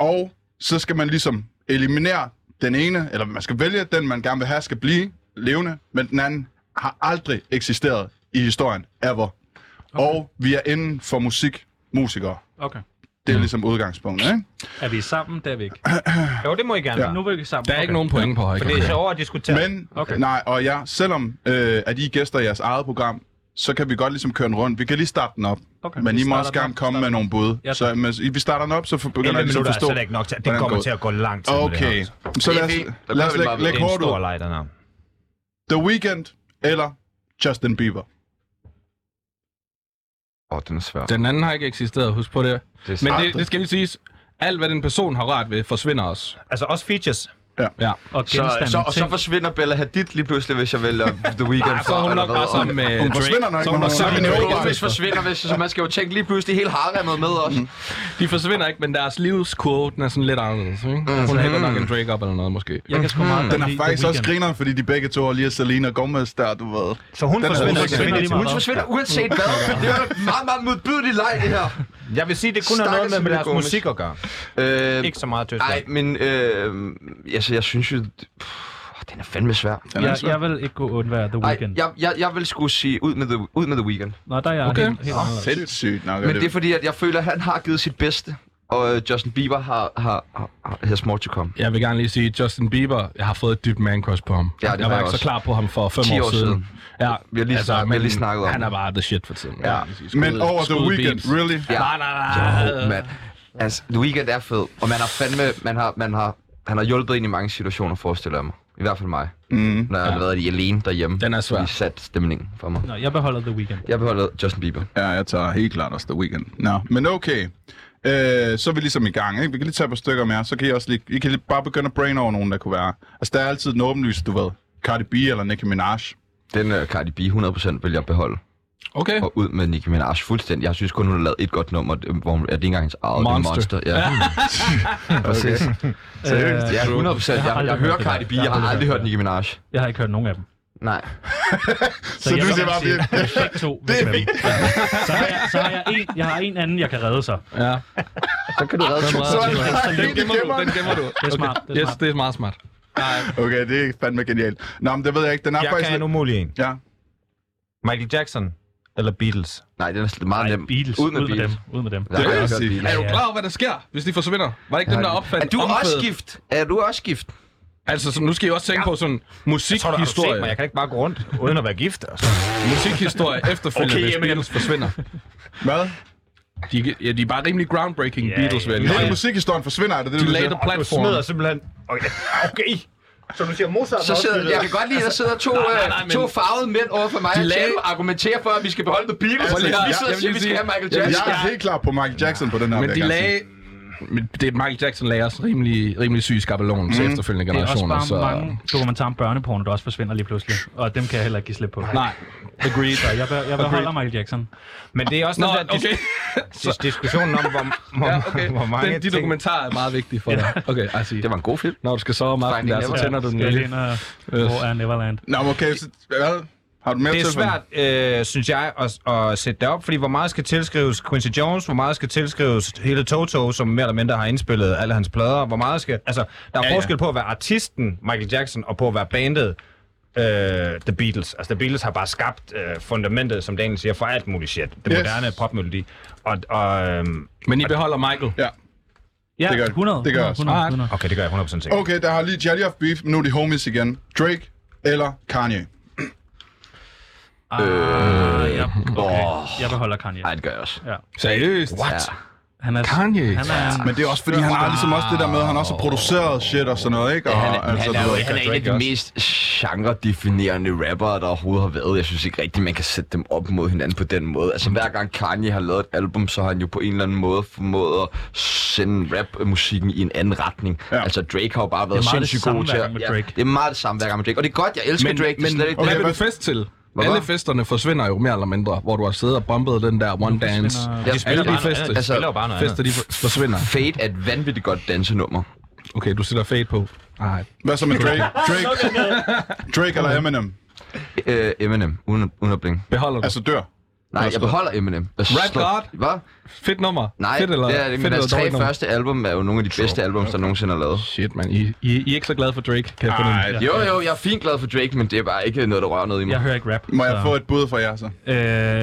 Speaker 4: og så skal man ligesom eliminere den ene, eller man skal vælge den, man gerne vil have, skal blive levende, men den anden har aldrig eksisteret i historien, ever. Okay. Og vi er inden for musik, musikere.
Speaker 2: Okay.
Speaker 4: Det
Speaker 2: Mhm.
Speaker 4: er ligesom udgangspunktet, ikke?
Speaker 2: Er vi sammen? Det er vi ikke.
Speaker 6: Jo, det må I gerne
Speaker 4: Ja.
Speaker 6: være.
Speaker 2: Nu er vi ikke sammen.
Speaker 5: Der er ikke nogen point på
Speaker 6: For
Speaker 5: højkant.
Speaker 6: det er sjovere at diskutere.
Speaker 4: Men,
Speaker 2: Okay.
Speaker 4: okay. nej, og ja, selvom øh, at I er gæster i jeres eget program, så kan vi godt ligesom køre den rundt. Vi kan lige starte den op.
Speaker 2: Okay.
Speaker 4: Okay, men
Speaker 2: Vi
Speaker 4: I må
Speaker 2: starter
Speaker 4: også
Speaker 2: den
Speaker 4: gerne
Speaker 2: op.
Speaker 4: komme med nogle bud.
Speaker 2: Ja,
Speaker 4: Ja, så men, vi starter den op, så for- begynder
Speaker 6: 11
Speaker 4: jeg ligesom
Speaker 6: minutter
Speaker 4: at
Speaker 6: er
Speaker 4: forstå.
Speaker 6: slet ikke nok til. Det
Speaker 4: hvordan
Speaker 6: kommer
Speaker 4: går.
Speaker 6: til at gå lang tid. med det her.
Speaker 4: Okay, så lad os,
Speaker 3: Det er fint. Der
Speaker 4: lad os
Speaker 3: bliver bare
Speaker 4: lægge, lægge
Speaker 6: Det er en
Speaker 4: hårdt
Speaker 6: stor
Speaker 4: ud.
Speaker 6: leg, den her.
Speaker 4: The Weeknd eller Justin Bieber?
Speaker 3: Åh, oh, den er svær.
Speaker 5: Den anden har ikke eksisteret, husk på det.
Speaker 3: Det er
Speaker 5: Men det,
Speaker 4: aldrig.
Speaker 5: det skal lige siges, alt hvad den person har rørt ved, forsvinder også.
Speaker 6: Altså også features.
Speaker 5: Ja.
Speaker 2: Og
Speaker 3: Så,
Speaker 2: genstande.
Speaker 3: så, og så
Speaker 2: ting.
Speaker 3: forsvinder Bella Hadid lige pludselig, hvis jeg vælger The Weeknd
Speaker 5: Ej, så er hun nok bare sammen med
Speaker 4: Hun forsvinder nok,
Speaker 5: Drake. Så
Speaker 4: men
Speaker 5: hun nok
Speaker 4: hun er
Speaker 5: sammen
Speaker 4: sammen
Speaker 5: med
Speaker 4: med
Speaker 5: Drake.
Speaker 4: Oprah.
Speaker 3: Hvis forsvinder, hvis, så man skal jo tænke lige pludselig hele haremmet med os.
Speaker 5: De forsvinder ikke, men deres livskurve, den er sådan lidt anderledes. Ikke?
Speaker 6: Mm-hmm.
Speaker 5: Hun hælder nok
Speaker 3: Mm.
Speaker 5: en Drake op eller noget, måske.
Speaker 2: Jeg kan sgu meget
Speaker 4: Den er faktisk også grineren, fordi de begge to er lige Selena Gomez der, du ved.
Speaker 6: Så hun
Speaker 4: Den er
Speaker 6: forsvinder
Speaker 4: hun
Speaker 2: forsvinder lige
Speaker 6: definitivt.
Speaker 2: meget.
Speaker 3: Hun forsvinder uanset hvad. Det er jo en meget, meget modbydelig leg, det her.
Speaker 6: Jeg vil sige, det kun har noget
Speaker 3: Stakkels
Speaker 6: med, med
Speaker 3: Selena
Speaker 6: deres
Speaker 3: Gomez.
Speaker 6: musik at gøre.
Speaker 3: Øh,
Speaker 6: Ikke så meget Ah, tøst.
Speaker 3: nej, men øh, altså, jeg synes jo... Pff, den er fandme svær.
Speaker 4: Den er
Speaker 2: Jeg,
Speaker 4: svær.
Speaker 2: jeg vil ikke kunne undvære The
Speaker 3: Nej,
Speaker 2: Weeknd.
Speaker 3: jeg, jeg, jeg vil skulle sige ud med The, ud med the Weeknd.
Speaker 2: Nå, der er jeg
Speaker 5: Okay.
Speaker 2: helt, helt anderledes.
Speaker 4: Sindssygt nok. er
Speaker 3: Men det er fordi, at jeg føler, at han har givet sit bedste. Og øh, Justin Bieber har, har, har, har has more to come.
Speaker 5: Jeg vil gerne lige sige, Justin Bieber, jeg har fået et dybt man crush på ham.
Speaker 3: Ja, det
Speaker 5: jeg
Speaker 3: har
Speaker 5: var
Speaker 3: jeg
Speaker 5: ikke så
Speaker 3: også.
Speaker 5: klar på ham for fem
Speaker 3: 10
Speaker 5: år,
Speaker 3: år
Speaker 5: siden.
Speaker 3: siden.
Speaker 5: Ja, altså,
Speaker 3: Vi har lige snak- vi har
Speaker 5: men
Speaker 3: lige snakket om
Speaker 5: Han
Speaker 3: det.
Speaker 5: er bare the shit for tiden.
Speaker 3: Ja.
Speaker 4: Men over The Weeknd,
Speaker 5: really?
Speaker 4: really?
Speaker 3: Ja.
Speaker 5: Nej, nej, nej.
Speaker 3: Jo, mand. Altså, The Weeknd er fed, og man har fandme, man har, man har, han har hjulpet ind i mange situationer, forestiller jeg mig. I hvert fald mig.
Speaker 4: Mm.
Speaker 3: Når jeg har været i alene derhjemme.
Speaker 5: Den er svær.
Speaker 3: Lige sat stemningen for mig.
Speaker 2: Nå, jeg beholder The Weeknd.
Speaker 3: Jeg beholder Justin Bieber.
Speaker 4: Ja, jeg tager helt klart også The Weeknd. Nå, men okay. Øh, så er vi ligesom i gang, ikke? Vi kan lige tage et par stykker mere, så kan I også lige, I kan lige bare begynde at brain over nogen, der kunne være. Altså, der er altid den åbenlyse, du ved. Cardi B eller Nicki Minaj.
Speaker 3: Den uh, Cardi B 100% vil jeg beholde.
Speaker 5: Okay.
Speaker 3: Og ud med Nicki Minaj fuldstændig. Jeg synes kun, hun har lavet et godt nummer, øh, hvor hun, er det er ikke engang hendes eget det er
Speaker 5: Monster.
Speaker 3: monster. Ja. Præcis.
Speaker 2: Seriøst?
Speaker 3: Ja, 100%. Jeg, jeg, jeg
Speaker 2: aldrig
Speaker 3: hører
Speaker 2: hørt det
Speaker 3: Cardi B.
Speaker 2: der.
Speaker 3: Jeg har aldrig hørt
Speaker 2: det.
Speaker 3: Nicki Minaj.
Speaker 2: Jeg har ikke hørt nogen af dem.
Speaker 3: Nej.
Speaker 4: Så du siger bare,
Speaker 2: det
Speaker 4: vi-
Speaker 2: er to. Det er fint. Så har jeg, så har jeg, en, jeg har en anden, jeg kan redde sig.
Speaker 5: Ja.
Speaker 3: Så kan du redde
Speaker 5: Den,
Speaker 4: Så er
Speaker 5: den,
Speaker 4: det
Speaker 5: den
Speaker 4: helt
Speaker 5: gemmer du. Den
Speaker 4: gemmeren.
Speaker 5: gemmer du.
Speaker 2: Det er smart. Det er
Speaker 5: Yes,
Speaker 2: smart.
Speaker 5: det er meget smart.
Speaker 4: Okay, det er fandme genialt. Nå, men det ved jeg ikke. Den er
Speaker 6: Jeg
Speaker 4: faktisk...
Speaker 6: kan en umulig en.
Speaker 4: Ja.
Speaker 6: Michael Jackson eller Beatles.
Speaker 3: Nej, den er meget
Speaker 2: Nej,
Speaker 3: nem.
Speaker 2: Beatles. Ud med, ud med dem. Ud med dem.
Speaker 3: Nej, jeg har ikke hørt
Speaker 4: sige.
Speaker 3: Beatles.
Speaker 5: Er du
Speaker 2: ja.
Speaker 5: klar over, hvad der sker, hvis de forsvinder? Var det ikke dem, der opfandt
Speaker 3: Er du også
Speaker 5: omkvædet?
Speaker 3: gift? Er du også gift?
Speaker 5: Altså, så nu skal I også tænke på sådan
Speaker 6: Jeg tror, du har set mig.
Speaker 5: musikhistorie.
Speaker 6: Jeg kan ikke bare gå rundt uden at være gift. Altså.
Speaker 5: Musikhistorie efterfølgende,
Speaker 3: Okay,
Speaker 5: hvis
Speaker 3: jamen,
Speaker 5: Beatles forsvinder.
Speaker 4: Hvad?
Speaker 5: De, ja, de er bare rimelig groundbreaking
Speaker 2: Ja,
Speaker 5: Beatles,
Speaker 2: ja.
Speaker 5: vel?
Speaker 4: Hele musikhistorien forsvinder, er det det,
Speaker 5: De
Speaker 4: du
Speaker 5: lagde
Speaker 4: siger?
Speaker 5: the
Speaker 6: Du
Speaker 5: platform.
Speaker 6: smider simpelthen... Okay. okay. Så du siger, Mozart
Speaker 3: Så sidder, jeg kan godt lide, at der sidder to, nej, nej,
Speaker 5: Altså, nej,
Speaker 3: nej,
Speaker 5: men-
Speaker 3: to farvede mænd over for mig, og
Speaker 5: lagde-
Speaker 3: Tjano argumenterer for, at vi skal beholde The Beatles,
Speaker 4: Altså,
Speaker 3: men vi
Speaker 5: jeg-
Speaker 3: sidder
Speaker 5: jeg vil
Speaker 3: og siger,
Speaker 5: lige
Speaker 3: at vi skal
Speaker 5: sige-
Speaker 3: have Michael
Speaker 5: jeg vil
Speaker 3: Jackson.
Speaker 4: Jeg er helt klar på Michael Jackson på den her.
Speaker 5: Men
Speaker 4: vil
Speaker 5: de
Speaker 4: jeg gerne
Speaker 5: lagde... Men det, Michael Jackson lagde også rimelig, rimelig syg skabelon til efterfølgende
Speaker 2: Det er også
Speaker 5: generationer,
Speaker 2: bare
Speaker 5: så...
Speaker 2: mange dokumentarer om børneporno, der også forsvinder lige pludselig. Og dem kan jeg heller ikke give slip på.
Speaker 5: Nej. Agreed.
Speaker 2: Så jeg, be- jeg beholder Michael Jackson.
Speaker 6: Men det er også
Speaker 5: Nå,
Speaker 6: den der
Speaker 5: okay.
Speaker 6: dis- dis- diskussionen om, hvor, hvor,
Speaker 5: Ja, okay.
Speaker 6: hvor mange
Speaker 5: Den, de
Speaker 6: ting...
Speaker 5: dokumentarer er meget vigtige for dig. Okay, I see.
Speaker 3: Det var en god film.
Speaker 5: Når du skal sove om aftenen der,
Speaker 3: Finding
Speaker 5: så
Speaker 3: Neverland.
Speaker 5: tænder du den
Speaker 2: Skal jeg
Speaker 5: lige.
Speaker 2: ind og... Hvor er Neverland?
Speaker 4: sige. Nå, men okay, så, hvad? Har du mere
Speaker 6: Det er
Speaker 4: tilføje?
Speaker 6: svært, øh, synes jeg, at, at sætte det op, fordi hvor meget skal tilskrives Quincy Jones, hvor meget skal tilskrives hele Toto, som mere eller mindre har indspillet alle hans plader, hvor meget skal... Altså, der er ja, forskel på at være artisten Michael Jackson, og på at være bandet øh, The Beatles. Altså, The Beatles har bare skabt øh, fundamentet, som Daniel siger, for alt muligt shit. Det
Speaker 4: Yes.
Speaker 6: moderne popmelodi. Og, og øh,
Speaker 5: Men I beholder Michael.
Speaker 4: Ja.
Speaker 2: Ja,
Speaker 4: Det gør-
Speaker 2: 100.
Speaker 4: det gør
Speaker 2: 100, 100, 100.
Speaker 6: okay, det gør jeg 100% sikkert.
Speaker 4: Okay, der har lige Jelly of Beef, nu er de homies igen. Drake eller Kanye?
Speaker 2: Ah, jeg, okay. jeg beholder Kanye.
Speaker 3: Nej, det gør jeg også.
Speaker 5: Seriøst? What?
Speaker 3: Ja.
Speaker 2: Han er,
Speaker 5: Kanye?
Speaker 2: han er,
Speaker 4: Men det er også fordi, han har ligesom også det der med, at han også har produceret shit og sådan noget, ikke? Og,
Speaker 3: Han er, altså, han, er,
Speaker 4: du
Speaker 3: jo-
Speaker 4: ved-
Speaker 3: han er en af de mest genre-definerende rappere, der overhovedet har været. Jeg synes ikke rigtigt, man kan sætte dem op mod hinanden på den måde. Altså hver gang Kanye har lavet et album, så har han jo på en eller anden måde formået at sende rap-musikken i en anden retning. Ja.
Speaker 4: Ja.
Speaker 3: Altså Drake har jo bare været
Speaker 2: meget det
Speaker 3: sindssygt
Speaker 2: samme
Speaker 3: god
Speaker 2: hver
Speaker 3: til
Speaker 2: gang
Speaker 3: at...
Speaker 2: med Drake.
Speaker 3: det er meget det samme hver gang med Drake. Og det er godt, jeg elsker
Speaker 5: Men,
Speaker 3: Drake. det er
Speaker 5: men
Speaker 3: slet ikke-
Speaker 5: hvad vil
Speaker 4: hvad-
Speaker 5: du fest til?
Speaker 3: Hvorfor?
Speaker 5: Alle festerne forsvinder jo mere eller mindre, hvor du har siddet og bombet den der one dance.
Speaker 2: forsvinder-
Speaker 3: Jeg
Speaker 5: Alle
Speaker 3: spiller
Speaker 5: de
Speaker 3: bare
Speaker 5: fester,
Speaker 6: andet.
Speaker 5: altså,
Speaker 6: Altså, spiller jo bare noget
Speaker 5: fester de for- forsvinder.
Speaker 3: Fade er et vanvittigt godt dansenummer.
Speaker 5: Okay, du sætter fade på. Nej.
Speaker 4: Hvad så med Drake? Drake, Drake eller Eminem?
Speaker 3: Øh, Eminem, uden, uden at blinke.
Speaker 5: Beholder du?
Speaker 4: Altså dør.
Speaker 3: Nej, jeg beholder Eminem. Jeg
Speaker 5: Rap
Speaker 3: slår-
Speaker 5: God?
Speaker 3: Hvad?
Speaker 5: Fedt nummer.
Speaker 3: Nej,
Speaker 5: fedt eller,
Speaker 3: det er det,
Speaker 5: fedt
Speaker 3: men deres
Speaker 5: eller
Speaker 3: tre
Speaker 5: dårligt nummer?
Speaker 3: første album er jo nogle af de bedste albums, der nogensinde er lavet.
Speaker 5: Shit, man. I, I, I er ikke så glade for Drake, kan jeg fornemme.
Speaker 4: Ej,
Speaker 3: Jo, jo, jeg er fint glad for Drake, men det er bare ikke noget, der rører noget i mig.
Speaker 2: Jeg hører ikke rap.
Speaker 4: må jeg
Speaker 2: så-
Speaker 4: få et bud fra jer så?
Speaker 2: Øh,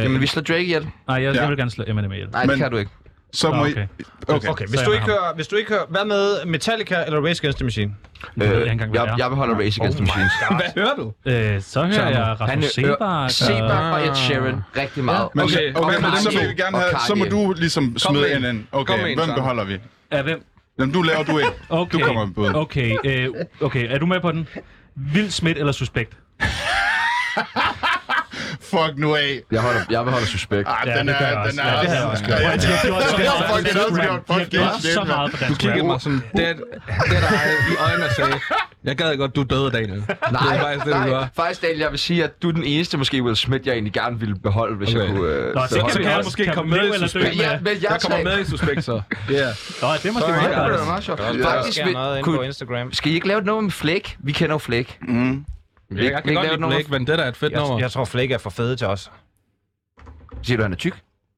Speaker 3: Jamen, vi slår Drake ihjel.
Speaker 2: nej, jeg,
Speaker 4: Ja.
Speaker 2: jeg vil gerne slå Eminem ihjel.
Speaker 3: Nej, det
Speaker 4: Men-
Speaker 3: kan du ikke.
Speaker 4: Så
Speaker 2: Nå,
Speaker 4: må I...
Speaker 2: okay.
Speaker 4: Okay.
Speaker 6: Okay, hvis
Speaker 2: Så
Speaker 6: du,
Speaker 2: jeg
Speaker 6: ikke
Speaker 2: med
Speaker 6: hører, hvis du ikke hører... Hvad med Metallica eller Rage Against the Machine?
Speaker 2: Jeg ved ikke engang, hvad
Speaker 3: Øh, jeg,
Speaker 2: det er. Oh
Speaker 3: jeg beholder Race Against the Machine.
Speaker 5: Hvad hører du?
Speaker 2: Øh, så hører
Speaker 5: Jammer.
Speaker 2: jeg Rasmus
Speaker 6: øh,
Speaker 2: Sebak.
Speaker 3: Sebak og Ed Sheeran rigtig meget.
Speaker 4: Men,
Speaker 5: Okay,
Speaker 4: okay, okay,
Speaker 5: og
Speaker 4: men så vil
Speaker 3: Kanye.
Speaker 4: vi gerne
Speaker 3: Og
Speaker 4: have, så må
Speaker 3: Kanye.
Speaker 4: du ligesom
Speaker 5: med
Speaker 4: smide
Speaker 5: en.
Speaker 4: en ind.
Speaker 5: Kom med
Speaker 4: Okay,
Speaker 5: en,
Speaker 4: hvem
Speaker 5: Søren.
Speaker 4: beholder vi?
Speaker 2: øh, Er hvem?
Speaker 4: Jamen, du laver du ikke.
Speaker 2: Okay.
Speaker 4: Du kommer med bud.
Speaker 2: Okay, øh, okay, er du med på den? Vild Smidt eller Suspekt?
Speaker 4: Fuck nu af.
Speaker 3: Jeg, holder, jeg beholder Suspekt.
Speaker 4: Ah,
Speaker 2: Ja,
Speaker 4: den
Speaker 2: det
Speaker 4: er,
Speaker 2: gør jeg
Speaker 4: den
Speaker 2: også.
Speaker 4: er,
Speaker 2: Ja, det har jeg også gjort. Jeg har gjort så
Speaker 4: Det har
Speaker 2: meget
Speaker 4: fucking
Speaker 2: for dansk
Speaker 4: også
Speaker 2: rap. Jeg har gjort så meget
Speaker 4: gjort. Fuck, det er fedt,
Speaker 2: for
Speaker 5: Du
Speaker 2: dansk
Speaker 5: kiggede
Speaker 2: rap.
Speaker 5: mig sådan, det er det er dig i øjnene og sagde, jeg gad godt, du døde, Daniel. det
Speaker 3: Nej,
Speaker 5: er faktisk det, du gør.
Speaker 3: nej. Faktisk, Daniel, jeg vil sige, at du er den eneste, måske Will Smith, jeg egentlig gerne ville beholde, hvis jeg
Speaker 5: Okay.
Speaker 3: kunne... Øh,
Speaker 2: Nå, det
Speaker 3: beholde.
Speaker 2: kan vi
Speaker 5: kan
Speaker 2: også.
Speaker 5: måske
Speaker 2: Kan vi
Speaker 5: komme med i
Speaker 2: leve eller dø
Speaker 5: Suspekt.
Speaker 3: Men jeg,
Speaker 2: med?
Speaker 3: men jeg,
Speaker 5: Jeg kommer
Speaker 3: tager-
Speaker 5: med i Suspekt, så. Yeah.
Speaker 2: Nå, det er måske meget
Speaker 3: Ja, det
Speaker 2: godt.
Speaker 3: var meget sjovt.
Speaker 6: Der
Speaker 3: Faktisk,
Speaker 6: sker
Speaker 3: vi,
Speaker 6: noget inde på
Speaker 3: kunne,
Speaker 6: Instagram.
Speaker 3: skal I ikke lave et nummer med Flake? Vi kender jo Flake.
Speaker 4: Mhm.
Speaker 5: Jeg, jeg kan
Speaker 3: ikke
Speaker 5: godt
Speaker 3: lave
Speaker 5: lide
Speaker 3: nummer.
Speaker 5: Blake, men det er da et fedt nummer.
Speaker 6: Jeg, jeg tror, Flake er for fede til os.
Speaker 3: Siger du, han er tyk?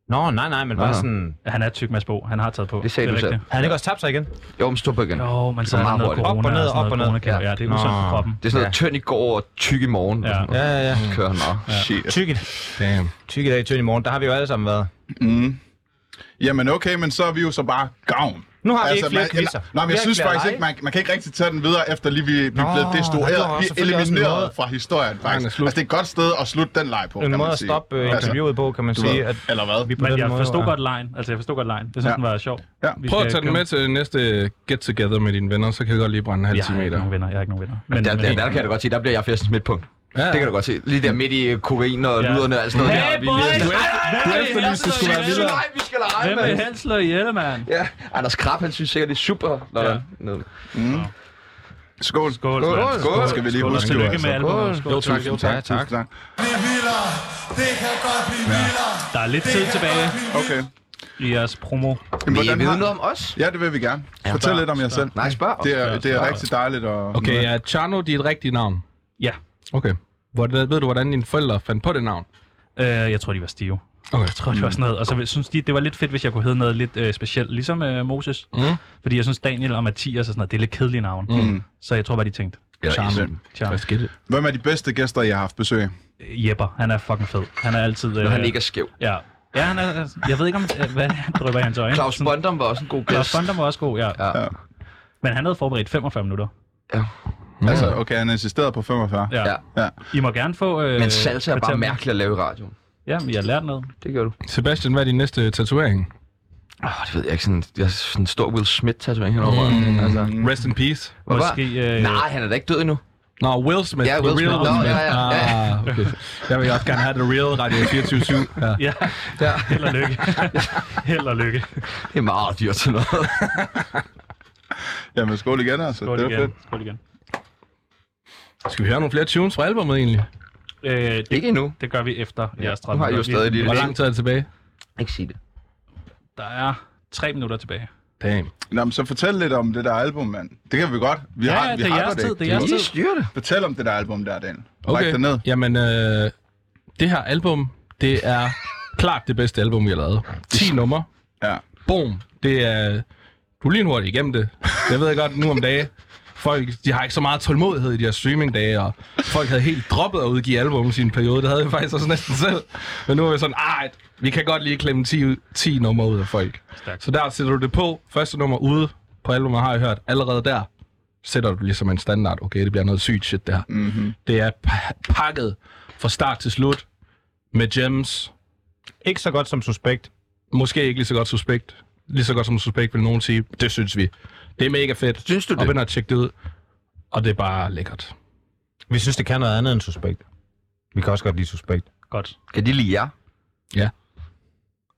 Speaker 6: Nå, nej, nej, men bare
Speaker 3: Nå.
Speaker 6: sådan...
Speaker 2: Han er tyk, Mads Bo. Han har taget på.
Speaker 3: Det sagde
Speaker 2: er
Speaker 3: du selv.
Speaker 2: rigtigt.
Speaker 6: Har han ikke også tabt sig igen?
Speaker 3: Jo, men stå på igen.
Speaker 2: Jo, men så
Speaker 3: Det
Speaker 2: er der
Speaker 3: var meget
Speaker 2: noget
Speaker 3: hurtigt.
Speaker 2: corona.
Speaker 6: Op og ned,
Speaker 2: sådan
Speaker 6: op og ned.
Speaker 2: noget coronakæv.
Speaker 3: Ja.
Speaker 2: Ja, det er usundt for
Speaker 6: Nå.
Speaker 2: kroppen.
Speaker 3: Det er sådan noget tynd i går og tyk i morgen.
Speaker 2: Ja.
Speaker 3: Ja.
Speaker 6: Ja, ja, ja.
Speaker 3: Kører han meget.
Speaker 4: Shit.
Speaker 6: Tykket.
Speaker 5: Damn.
Speaker 6: Tyk i dag, tynd i morgen. Der har vi jo alle sammen været.
Speaker 4: Jamen okay, men så er vi jo så bare gavn.
Speaker 6: Nu har vi ikke flere
Speaker 4: Altså, man,
Speaker 6: quizzer.
Speaker 4: Nej, men
Speaker 6: Vi
Speaker 4: jeg
Speaker 6: har
Speaker 4: synes
Speaker 6: ikke flere
Speaker 4: faktisk ikke, man, man kan ikke rigtig tage den videre, efter lige vi, vi er blevet
Speaker 6: Nå, der var
Speaker 4: destrueret. Vi er
Speaker 6: selvfølgelig også en måde-
Speaker 4: elimineret fra historien, faktisk.
Speaker 5: er
Speaker 4: Altså,
Speaker 5: slut.
Speaker 4: det er et godt sted at slutte den leg på,
Speaker 6: En
Speaker 4: kan
Speaker 6: måde
Speaker 4: man
Speaker 6: at
Speaker 4: sige. Altså,
Speaker 6: stoppe øh, interviewet på, kan man
Speaker 4: du ved,
Speaker 6: sige, at
Speaker 4: eller hvad?
Speaker 6: vi på
Speaker 2: Men
Speaker 6: den
Speaker 2: jeg
Speaker 6: måde...
Speaker 2: forstod godt lejen. Altså, jeg forstod godt lejen. Det synes,
Speaker 4: Ja.
Speaker 2: den var sjov.
Speaker 4: Ja.
Speaker 2: Vi
Speaker 5: Prøv
Speaker 2: skal
Speaker 5: at tage den
Speaker 2: køre-
Speaker 5: med til næste get-together med dine venner, så kan jeg godt lige brænde en halv
Speaker 2: Jeg har
Speaker 5: time
Speaker 2: ikke nogen
Speaker 5: meter.
Speaker 2: venner. Jeg har ikke nogen venner. Men,
Speaker 3: Der, der, der, kan jeg da godt se, der bliver jeg festens midtpunkt.
Speaker 5: Ja.
Speaker 3: Det kan du godt se. Lige der midt i øh, kokain og
Speaker 2: Ja.
Speaker 3: luderne og alt sådan altså noget.
Speaker 2: Hey,
Speaker 3: der, vi-
Speaker 2: boys!
Speaker 3: vi-
Speaker 2: Hvem
Speaker 5: Du
Speaker 2: vil
Speaker 5: efterlyste, det skulle være
Speaker 2: helst slå
Speaker 5: vildere.
Speaker 2: ihjel?
Speaker 3: Nej, vi skal lege,
Speaker 2: Hvem vil
Speaker 3: mand.
Speaker 2: helst slå ihjel, mand?
Speaker 3: Ja, Anders Krab, han synes sikkert, det er super. Nå,
Speaker 2: Ja.
Speaker 3: ja.
Speaker 4: Skål.
Speaker 2: Skål, mand. Skål.
Speaker 4: Skål. Skal vi lige
Speaker 2: Skål, og
Speaker 4: huske
Speaker 2: tillykke med
Speaker 4: altså.
Speaker 2: albumet. Skål.
Speaker 4: Tusind tak, tusind tak.
Speaker 2: Der er lidt tid tilbage
Speaker 4: Okay.
Speaker 2: i jeres promo.
Speaker 4: Jamen,
Speaker 3: Vil I
Speaker 4: hvordan
Speaker 3: vide
Speaker 4: har...
Speaker 3: noget om os?
Speaker 4: Ja, det vil vi gerne. Fortæl lidt om jer selv.
Speaker 3: Nej, spørg.
Speaker 4: Det er, det er rigtig dejligt at...
Speaker 5: Okay, ja, Chano, dit rigtige navn.
Speaker 2: Ja,
Speaker 5: Okay. Hvordan, ved du, hvordan dine forældre fandt på det navn?
Speaker 2: øh, jeg tror, de var stive.
Speaker 5: Okay.
Speaker 2: Jeg tror, det var sådan noget. Og så synes de, det var lidt fedt, hvis jeg kunne hedde noget lidt øh, specielt, ligesom øh, Moses. Mm. Fordi jeg synes, Daniel og Mathias og sådan noget, det er lidt kedelige navn. Mm. Så jeg tror bare, de tænkte,
Speaker 5: Charme.
Speaker 2: Charme.
Speaker 5: Hvad skete det?
Speaker 4: Hvem er de bedste gæster, jeg har haft besøg af?
Speaker 2: øh, Jepper, han er fucking fed. Han er altid... Øh,
Speaker 3: Når han ikke er skæv.
Speaker 2: Ja. Ja, han er, jeg ved ikke, om, øh, hvad han drøber i hans øjne.
Speaker 3: Claus Bondum var også en god
Speaker 2: Klaus
Speaker 3: gæst.
Speaker 2: Bondum var også god, ja.
Speaker 3: Ja.
Speaker 4: Ja.
Speaker 2: Men han havde forberedt 45 minutter.
Speaker 4: Altså, okay, han insisterede på 45.
Speaker 2: Ja.
Speaker 3: Ja.
Speaker 2: ja.
Speaker 4: Ja.
Speaker 2: I må gerne få... Øh,
Speaker 3: Men salsa er bare
Speaker 2: fortæl-
Speaker 3: mærkeligt at lave i radioen.
Speaker 2: Ja, men jeg har lært noget.
Speaker 3: Det gør du.
Speaker 5: Sebastian, hvad er din næste tatovering?
Speaker 3: Åh, det ved jeg ikke. Sådan, jeg har sådan en stor Will Smith-tatovering henover. Mm. Altså,
Speaker 5: Rest in peace.
Speaker 3: hvor var-
Speaker 2: Måske, øh,
Speaker 3: Nej, han er da ikke død endnu.
Speaker 5: Nå, Will Smith.
Speaker 3: Ja,
Speaker 5: The
Speaker 3: Will Smith. Nå, ja, ja, ja.
Speaker 5: Ah, okay. Jeg vil også gerne have The Real Radio 24-7. Ja.
Speaker 2: Ja,
Speaker 3: Ja.
Speaker 2: held og lykke. held og lykke.
Speaker 3: Det er meget dyrt til noget.
Speaker 4: Jamen, skål igen, altså.
Speaker 2: Skål
Speaker 4: det var
Speaker 2: igen.
Speaker 4: fedt.
Speaker 2: Skål igen.
Speaker 5: Skal vi høre nogle flere tunes fra albumet egentlig?
Speaker 2: Øh, det,
Speaker 3: ikke endnu.
Speaker 2: det gør vi efter jeres 30
Speaker 3: Nu har I jo
Speaker 2: minutter. Vi-
Speaker 3: stadig lige
Speaker 5: Hvor
Speaker 3: lidt.
Speaker 5: lang tid er det tilbage?
Speaker 3: Ikke sige det.
Speaker 2: Der er tre minutter tilbage.
Speaker 5: Damn.
Speaker 4: Nå, men så fortæl lidt om det der album, mand. Det kan vi godt. Vi
Speaker 2: Ja,
Speaker 4: har,
Speaker 2: ja,
Speaker 4: vi
Speaker 2: det er
Speaker 4: har
Speaker 2: jeres
Speaker 4: godt
Speaker 2: tid.
Speaker 4: ikke.
Speaker 2: Det er jeres
Speaker 3: I
Speaker 2: tid.
Speaker 3: styrer det.
Speaker 4: Fortæl om det der album der, Daniel. Læg
Speaker 5: Okay.
Speaker 4: det ned.
Speaker 5: Jamen, øh, det her album, det er klart det bedste album, vi har lavet. 10 numre.
Speaker 4: Ja.
Speaker 5: Boom. Det er... Du er lynhurtigt igennem det. Jeg ved godt, nu om dage, folk de har ikke så meget tålmodighed i de her streamingdage, og folk havde helt droppet at udgive album i sin periode. Det havde vi faktisk også næsten selv. Men nu er vi sådan, ej, vi kan godt lige klemme 10, ud- 10 numre ud af folk.
Speaker 2: Stærkt.
Speaker 5: Så der sætter du det på. Første nummer ude på albumet har jeg hørt. Allerede der sætter du ligesom en standard. Okay, det bliver noget sygt shit, det her. Mm-hmm. Det er pa- pakket fra start til slut med gems,
Speaker 6: Ikke så godt som suspekt.
Speaker 5: måske ikke lige så godt suspekt. Lige så godt som suspekt, vil nogen sige. Det synes vi. Det er mega fedt.
Speaker 3: Synes du
Speaker 5: Op
Speaker 3: det?
Speaker 5: ind og tjek det ud. Og det er bare lækkert.
Speaker 6: Vi synes, det kan noget andet end suspekt. Vi kan også godt lide suspekt.
Speaker 2: Godt.
Speaker 3: Kan de lide jer?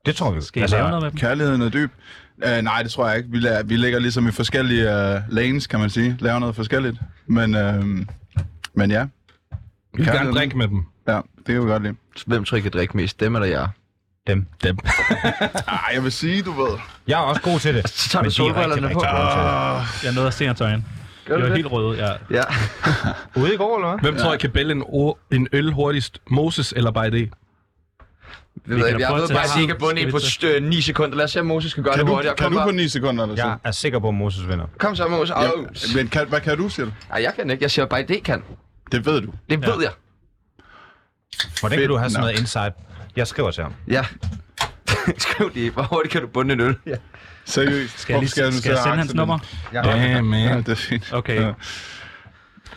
Speaker 6: Det tror vi. Altså,
Speaker 2: Skal I lave noget med dem?
Speaker 4: Kærligheden er dyb. Uh, nej, det tror jeg ikke. Vi, la- vi ligger ligesom i forskellige uh, lanes, kan man sige. Laver noget forskelligt. Men, uh, men ja.
Speaker 5: Vi vil
Speaker 4: Kan
Speaker 5: gerne
Speaker 4: det,
Speaker 5: drikke med dem.
Speaker 4: ja, det kan vi godt lide.
Speaker 3: Hvem tror I kan drikke mest? Dem eller jer?
Speaker 6: Dem.
Speaker 5: Dem.
Speaker 4: Ej, jeg vil sige, du ved.
Speaker 6: Jeg er også god til det.
Speaker 3: Så tager
Speaker 6: Men
Speaker 3: du
Speaker 6: de er
Speaker 3: solbrillerne
Speaker 6: rigtig,
Speaker 3: på.
Speaker 6: rigtig gode til det.
Speaker 2: Jeg nåede at se hans øjne.
Speaker 3: du
Speaker 2: Jeg var
Speaker 3: det?
Speaker 2: helt rød, ja.
Speaker 3: Ja.
Speaker 6: Ude i går, eller hvad?
Speaker 5: Hvem tror jeg kan bælge en, o- en øl hurtigst? Moses eller Bay D?
Speaker 3: Det ved jeg,
Speaker 2: da
Speaker 3: ikke. jeg
Speaker 2: prøve
Speaker 3: ved
Speaker 2: at tage
Speaker 3: faktisk
Speaker 2: ham.
Speaker 3: ikke at bunde en på
Speaker 2: Skal
Speaker 3: øh, 9 sekunder. Lad os se, om Moses kan gøre
Speaker 4: Kan
Speaker 3: det
Speaker 4: du,
Speaker 3: hurtigt.
Speaker 4: kan du på 9 sekunder eller
Speaker 6: Jeg
Speaker 4: sådan?
Speaker 6: er sikker på, at Moses vinder.
Speaker 3: Kom så, Moses.
Speaker 4: Ja,
Speaker 3: Ja.
Speaker 4: men kan, hvad kan du, siger du?
Speaker 3: Ej, jeg kan ikke. Jeg siger bare, at det kan.
Speaker 4: Det ved du.
Speaker 3: Det ved jeg.
Speaker 6: Hvordan kan
Speaker 4: Fedt
Speaker 6: du have sådan
Speaker 4: nok.
Speaker 6: noget insight? Jeg skriver til ham.
Speaker 3: Ja. Skriv lige, hvor hurtigt kan du bunde en øl? Ja.
Speaker 4: Seriøst.
Speaker 2: jeg,
Speaker 4: Hvorfor
Speaker 2: lige, skal,
Speaker 4: nu
Speaker 2: skal
Speaker 4: sidde
Speaker 2: jeg sende
Speaker 4: og akse
Speaker 2: hans
Speaker 4: den?
Speaker 2: nummer?
Speaker 5: Ja,
Speaker 4: Ja,
Speaker 5: man.
Speaker 4: det er fint.
Speaker 2: Okay.
Speaker 4: Ja.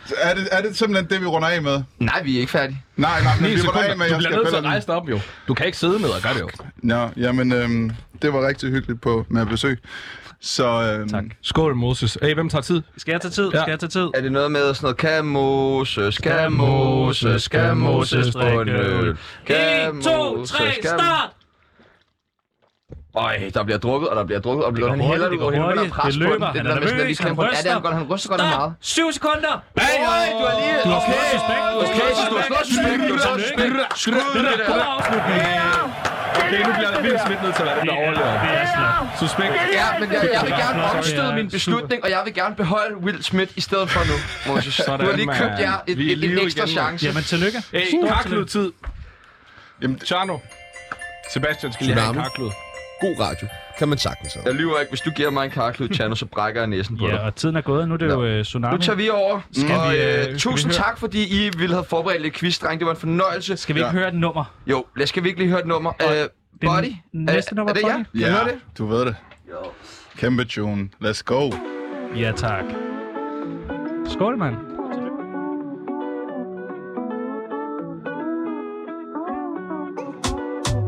Speaker 4: Så Er, det, er det simpelthen det, vi runder af med?
Speaker 3: Nej, vi er ikke færdige.
Speaker 4: Nej, nej, men vi runder af med, at
Speaker 5: Du
Speaker 4: jeg skal
Speaker 5: bliver nødt til at
Speaker 4: pille
Speaker 5: rejse dig op, jo. Du kan ikke sidde ned og gøre det, jo.
Speaker 4: den. Nå, jamen, øhm, det var rigtig hyggeligt på, med at besøg. Så øhm,
Speaker 2: Tak.
Speaker 5: Skål, Moses. Hey, hvem tager tid?
Speaker 2: Skal jeg tage tid? Skal jeg tage tid?
Speaker 3: Er det noget med sådan noget, kan Moses, kan Moses, kan Moses på en øl? Kan
Speaker 2: 1, 2,
Speaker 3: Moses,
Speaker 2: 3,
Speaker 3: kan-
Speaker 2: start!
Speaker 3: Øj, Øh, der bliver drukket, og der bliver drukket, og bliver
Speaker 2: går
Speaker 3: han
Speaker 2: hurtigt,
Speaker 3: hælder
Speaker 2: det
Speaker 3: det
Speaker 2: går
Speaker 3: ud, han
Speaker 2: hurtigt,
Speaker 3: hælder pres
Speaker 2: det
Speaker 3: på den.
Speaker 2: løber,
Speaker 3: Det
Speaker 2: han
Speaker 3: der
Speaker 2: er
Speaker 3: med, sådan, at lige
Speaker 2: nervøs,
Speaker 3: skal
Speaker 2: han
Speaker 3: på den. Ja, det er han
Speaker 2: ryster.
Speaker 3: godt, han ryster godt nok
Speaker 2: Start!
Speaker 3: meget.
Speaker 2: 7 sekunder!
Speaker 3: Ej, øj, du er lige...
Speaker 2: Du har
Speaker 3: Okay,
Speaker 2: slået suspekt, du har
Speaker 3: okay,
Speaker 2: slået
Speaker 3: så du har slået suspekt, du har slået suspekt. Skud, det der.
Speaker 2: God afslutning!
Speaker 5: Okay, nu bliver der vildt smidt ned til at være dem, der overlever.
Speaker 2: Det er slap.
Speaker 5: Suspekt.
Speaker 3: Ja, men jeg, jeg vil gerne
Speaker 2: Sorry,
Speaker 3: omstøde
Speaker 2: ja,
Speaker 3: min
Speaker 2: super.
Speaker 3: beslutning, og jeg vil gerne beholde Will Smith i stedet for nu, Moses. Du har lige
Speaker 5: mand.
Speaker 3: købt jer et,
Speaker 5: Vi er i
Speaker 3: et, en
Speaker 5: live igen,
Speaker 3: ekstra
Speaker 5: mand.
Speaker 3: chance.
Speaker 2: Jamen, tillykke.
Speaker 5: Hey,
Speaker 2: Stort
Speaker 5: karklud
Speaker 2: tillykke.
Speaker 5: tid.
Speaker 4: Jamen,
Speaker 5: Tjerno. Sebastian skal lige have en
Speaker 1: Tsunami.
Speaker 5: karklud.
Speaker 1: God radio kan man sagtens have.
Speaker 3: Jeg lyver ikke, hvis du giver mig en karklud, Tjerno, så brækker jeg næsen på dig.
Speaker 2: Ja, og tiden er gået. Nu er det jo øh,
Speaker 3: Nu
Speaker 2: Tsunami.
Speaker 3: tager vi over,
Speaker 2: Skal
Speaker 3: og
Speaker 2: vi, øh,
Speaker 3: øh,
Speaker 2: skal vi
Speaker 3: tusind
Speaker 2: høre?
Speaker 3: tak, fordi I ville have forberedt lidt quiz, dreng. Det var en fornøjelse.
Speaker 2: Skal vi ikke høre et nummer?
Speaker 3: Jo, lad skal vi ikke lige høre et nummer. Øh, Body?
Speaker 2: næste
Speaker 3: Er-
Speaker 2: nummer,
Speaker 3: er det
Speaker 2: Body?
Speaker 3: jer? Kan I høre
Speaker 4: ja,
Speaker 3: det?
Speaker 4: du ved det. Kæmpe tune. Let's go.
Speaker 2: Ja, tak. Skål, mand.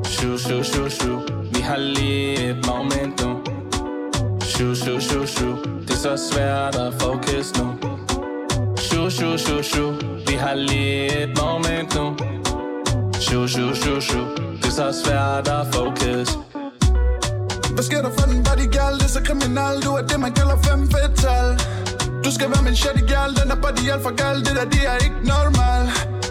Speaker 12: Shoo, shoo, shoo, shoo. Vi har lige et momentum. Shoo, shoo, shoo, shoo. Det er så svært at focus nu. Shoo, shoo, shoo, shoo. Vi har lige et momentum. Shoo, shoo, shoo, shoo. Det er så svært at focus.
Speaker 7: Hvad sker der for den body girl? Det er så kriminal, du er det man kalder fem fetal Du skal være min shitty girl, den er body alt for gal Det der, det er ikke normal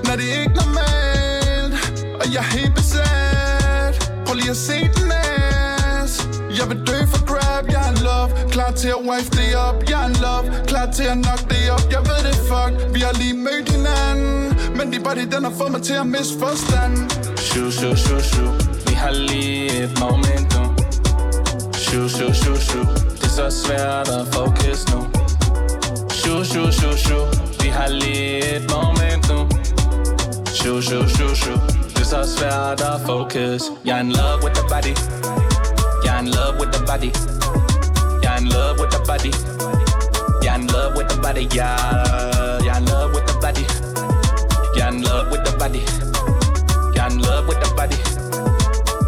Speaker 7: Nej, det er ikke normalt Og jeg er helt besat Prøv lige at se den ass Jeg vil dø for grab, jeg er en love Klar til at wife det op, jeg er en love Klar til at knock det op, jeg ved det fuck Vi har lige mødt hinanden Men de body, den har fået mig til at miste forstanden
Speaker 12: Shoo, shoo, shoo, shoo. Vi har lige et momentum. Shoo, shoo, shoo, shoo. Det er så svært at focus nu. Shoo, shoo, shoo, shoo. Vi har lige et momentum. Shoo, shoo, shoo, shoo. Det er så svært at focus. Jeg er in love with the body. Jeg er in love with the body. Jeg er in love with the body. Jeg er in love with the body. Jeg er- jeg er in love with the body. Jeg er in love with the body. Jeg er in love with the body.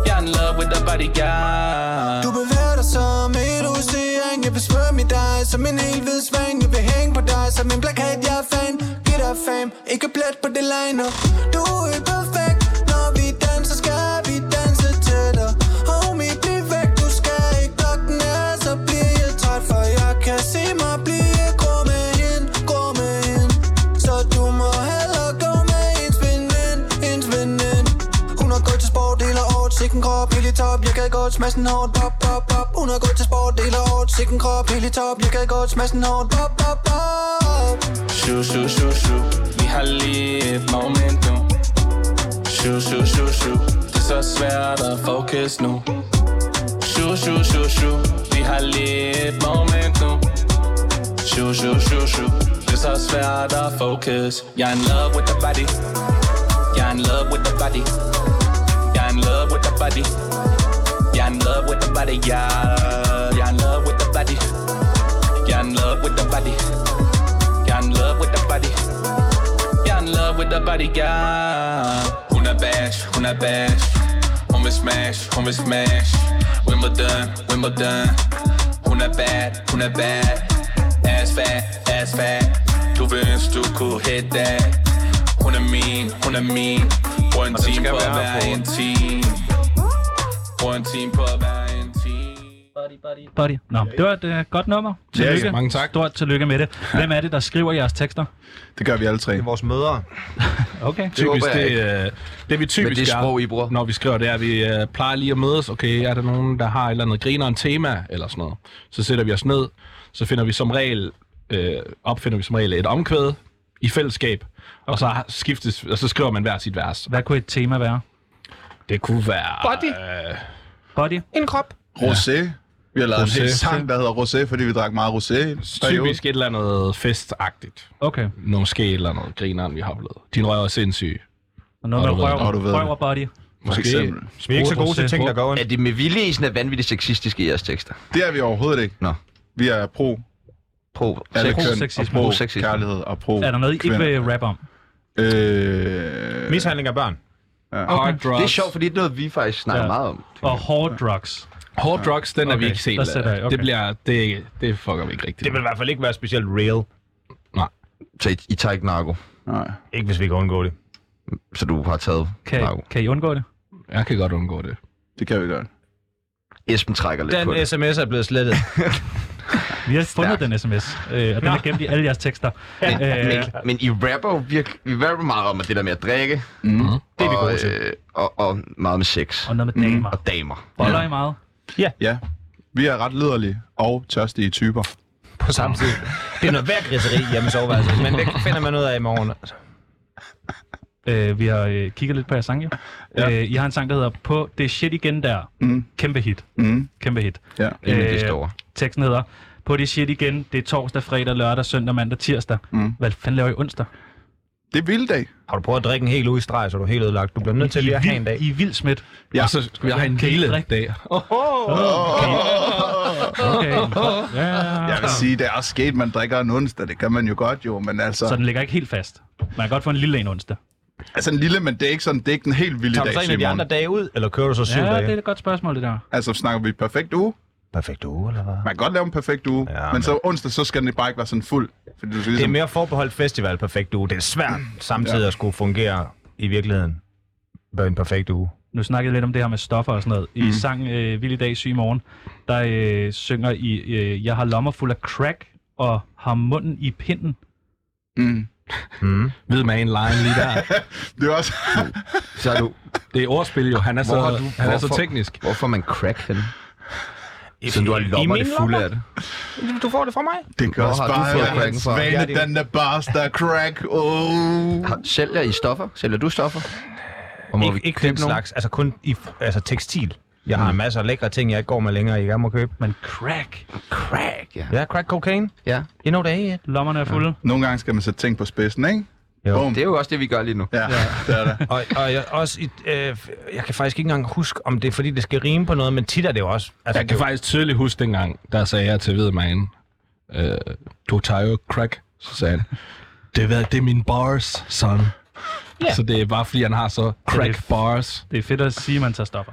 Speaker 12: Jeg er in love with the body, yeah.
Speaker 7: Du bevæger dig som et ocean Jeg vil svømme i dig som en helt hvid svan Jeg vil hænge på dig som en plakat Jeg er fan, giv dig fam Ikke plet på det liner Du er perfekt Når vi danser, skal vi danse tættere Homie, bliv væk Du skal ikke blokke den af Så bliver jeg træt For jeg kan se mig blive grå med hende Grå med hende Så du må hellere gå med ens veninde Ens veninde Hun har gået til sport hele året Sikken krop, hele top Jeg gad godt smash den hårdt Pop, pop, pop Hun har gået til sport hele året Sikken krop, hele top Jeg gad godt smash den hårdt Pop, pop, pop
Speaker 12: Shoo, shoo, shoo, shoo. Vi har lige et momentum. Shoo, shoo, shoo, shoo. Det er så svært at focus nu. Shoo, shoo, shoo, shoo. Vi har lige et momentum. Shoo, shoo, shoo, shoo. Det er så svært at focus. Jeg er in love with the body. Jeg er in love with the body. Jeg er in love with the body. Jeg er in love with the body. Jeg er- jeg er in love with the body. Jeg er in love with the body. Jeg er in love with the body. Jeg er in love with the body, yeah. Hun er bash, hun er bash. Hun vil smash, hun vil smash. Wimbledon, Wimbledon. Hun er bad, hun er bad. Ass fat, ass fat. Du vil ønske, du kunne hit that. Hun er mean, hun er mean. Brug en time på at være en team. Brug en time på at være en team.
Speaker 2: Buddy. Nå, det var et øh, godt nummer. Tillykke.
Speaker 5: mange tak.
Speaker 2: Stort tillykke med det. Hvem er det, der skriver jeres tekster?
Speaker 4: Det gør vi alle tre.
Speaker 6: Det er vores mødre.
Speaker 2: Okay.
Speaker 5: Typisk,
Speaker 3: håber jeg
Speaker 5: det, øh, det vi typisk
Speaker 3: det sprog,
Speaker 5: gør,
Speaker 3: I bruger.
Speaker 5: når vi skriver, det er, at vi øh, plejer lige at mødes. Okay, er der nogen, der har et eller andet grineren tema, eller sådan noget? Så sætter vi os ned, så finder vi som regel, øh, opfinder vi som regel et omkvæd i fællesskab, og så skiftes, og så skriver man hver sit vers.
Speaker 2: Hvad kunne et tema være?
Speaker 5: Det kunne være...
Speaker 6: Body.
Speaker 5: Øh,
Speaker 2: Body?
Speaker 6: En krop.
Speaker 4: Rosé. Vi har lavet rosé. en hel
Speaker 5: Rosé.
Speaker 4: sang, der hedder Rosé, fordi vi drak meget rosé. i en periode.
Speaker 5: typisk et eller andet festagtigt.
Speaker 2: Okay.
Speaker 5: Måske et eller andet grineren, vi har oplevet. Din røg er sindssyg.
Speaker 2: Og noget
Speaker 5: Nå,
Speaker 2: med
Speaker 5: du ved
Speaker 2: røv,
Speaker 5: det.
Speaker 4: Nå, du ved
Speaker 2: røv
Speaker 4: det.
Speaker 2: og body.
Speaker 5: Måske.
Speaker 4: eksempel.
Speaker 6: Vi er ikke så gode til ting, der går
Speaker 3: Er
Speaker 6: ondt.
Speaker 3: det med vildesen af vanvittigt sexistiske i jeres tekster?
Speaker 4: Det er vi overhovedet ikke.
Speaker 3: Nå.
Speaker 4: Vi er pro
Speaker 3: Pro
Speaker 4: alle
Speaker 3: sex.
Speaker 4: køn, og
Speaker 2: sexisme.
Speaker 4: pro
Speaker 3: Pro-sexisme.
Speaker 4: kærlighed, og pro
Speaker 2: Er der noget, I ikke
Speaker 4: kvinder.
Speaker 2: vil rappe om?
Speaker 4: Øh,
Speaker 6: Mishandling af børn.
Speaker 5: Hard drugs.
Speaker 3: Det er sjovt, fordi det er noget, vi faktisk snakker
Speaker 2: Ja.
Speaker 3: ja. meget om.
Speaker 2: Og hårde drugs.
Speaker 5: Hard drugs, den okay, er vi
Speaker 2: Okay,
Speaker 5: ikke set.
Speaker 2: der sætter jeg- okay.
Speaker 5: Det bliver... Det, det fucker vi ikke rigtigt.
Speaker 6: Det vil i hvert fald ikke være specielt real.
Speaker 3: Så I, I tager ikke narko,
Speaker 4: Nej.
Speaker 6: Ikke hvis vi kan undgå det.
Speaker 3: så du har taget
Speaker 2: Kan,
Speaker 3: narko.
Speaker 2: kan I undgå det?
Speaker 5: Jeg kan godt undgå det.
Speaker 4: Det kan vi godt.
Speaker 3: Esben trækker lidt på
Speaker 6: Den
Speaker 3: det.
Speaker 6: sms er blevet slettet.
Speaker 2: Vi har fundet den sms, øh, og den er gemt i alle jeres tekster.
Speaker 3: Men,
Speaker 2: Øh,
Speaker 3: men, men I rapper jo virkelig, vi rapper meget om at det der med at drikke. Mm. Det er vi gode til. Øh, og, og meget med sex.
Speaker 2: og noget med damer.
Speaker 3: Og damer.
Speaker 2: Boller I meget?
Speaker 4: Ja, vi er ret liderlige og tørstige typer.
Speaker 6: på samme
Speaker 5: Ah.
Speaker 6: tid. Det er noget værd griseri hjemme i soveværelset, men det finder man ud af i morgen. altså.
Speaker 2: Øh, vi har øh, kigget lidt på jeres sang, jo. Ja. Øh, I har en sang, der hedder På det shit igen der. Mm. Kæmpe hit.
Speaker 4: Mm.
Speaker 2: Kæmpe hit. Øh,
Speaker 4: Ja.
Speaker 3: Inden det står over.
Speaker 2: teksten hedder På det shit igen. Det er torsdag, fredag, lørdag, søndag, mandag, tirsdag. Mm. Hvad fanden laver I onsdag?
Speaker 4: Det er vild dag.
Speaker 6: Har du prøvet at drikke en hel uge i streg, så er du helt ødelagt. Du bliver nødt til lige at have en dag.
Speaker 2: I er vildt smidt.
Speaker 4: Ja.
Speaker 5: Og så skal vi have en
Speaker 2: Kan I
Speaker 5: lille
Speaker 2: drikke?
Speaker 5: dag. Oh,
Speaker 2: Okay. Ja, ja, ja.
Speaker 4: Jeg vil sige, det er også sket, man drikker en onsdag. Det kan man jo godt jo, men altså...
Speaker 2: Så
Speaker 4: Sådan.
Speaker 2: den ligger ikke helt fast. Man kan godt få en lille en onsdag.
Speaker 4: Altså en lille, men det er ikke sådan, det er ikke en helt vild
Speaker 6: Tager
Speaker 4: dag,
Speaker 6: du så en af de
Speaker 4: Simon.
Speaker 6: andre dage ud, eller kører du så syv
Speaker 2: Ja,
Speaker 6: dage?
Speaker 2: det er et godt spørgsmål, det der.
Speaker 4: Altså snakker vi perfekt uge?
Speaker 6: Perfekt uge, eller hvad?
Speaker 4: Man kan godt lave en perfekt uge, ja, men,
Speaker 6: men-
Speaker 4: så onsdag, så skal den bare ikke være sådan fuld. Fordi du skal
Speaker 6: Det er
Speaker 4: ligesom,
Speaker 6: mere forbeholdt festival perfekt uge. Det er svært samtidig at skulle fungere i virkeligheden på en perfekt uge.
Speaker 2: Nu snakkede jeg lidt om det her med stoffer og sådan noget.
Speaker 3: Mhm.
Speaker 2: I mm. sang øh, Vild i dag, syg i morgen, der øh, synger I, øh, jeg har lommer fuld af crack og har munden i pinden.
Speaker 5: ved man en line lige der.
Speaker 4: det er også...
Speaker 3: Så er du,
Speaker 5: Det er ordspil jo. Han er så,
Speaker 3: Hvor har du-
Speaker 5: han er så
Speaker 3: hvorfor-
Speaker 5: teknisk.
Speaker 3: hvorfor er man crack henne? Så du har lommerne
Speaker 6: mine
Speaker 3: fulde
Speaker 6: lommer?
Speaker 3: af det.
Speaker 6: Du får det fra mig.
Speaker 4: det kan
Speaker 3: Hvor
Speaker 4: også
Speaker 3: har du
Speaker 4: bare
Speaker 3: fået
Speaker 4: være en
Speaker 3: cracken fra?
Speaker 4: svane,
Speaker 6: Ja, det er-
Speaker 4: den der barster crack. Oh.
Speaker 3: Har, sælger I stoffer? Sælger du stoffer? Og må
Speaker 6: Ikke,
Speaker 3: vi
Speaker 6: ikke den
Speaker 3: købe nogle?
Speaker 6: slags. Altså kun i altså tekstil. Jeg har masser af lækre ting, jeg ikke går med længere, jeg gerne må købe.
Speaker 2: Men crack,
Speaker 3: Crack, ja.
Speaker 6: Ja, crack cocaine.
Speaker 3: ja.
Speaker 6: You know that, yeah.
Speaker 2: lommerne er fulde.
Speaker 4: Nogle gange skal man sætte ting på spidsen, ikke?
Speaker 6: Jo.
Speaker 4: Bum.
Speaker 3: Det er jo også det, vi gør lige nu.
Speaker 4: Ja, det er det.
Speaker 6: Og, og jeg, også i, øh, jeg kan faktisk ikke engang huske, om det er fordi, det skal rime på noget, men tit er det jo også... Altså,
Speaker 5: Jeg kan
Speaker 6: det, er
Speaker 5: faktisk tydeligt huske dengang, der sagde jeg til Hvidemagen, øh, du tager jo crack, så sagde han, det, var, det er min bars, son.
Speaker 6: Ja.
Speaker 5: Yeah. Så det er bare fordi, han har så crack bars.
Speaker 2: Det er fedt at sige, at man tager stoffer.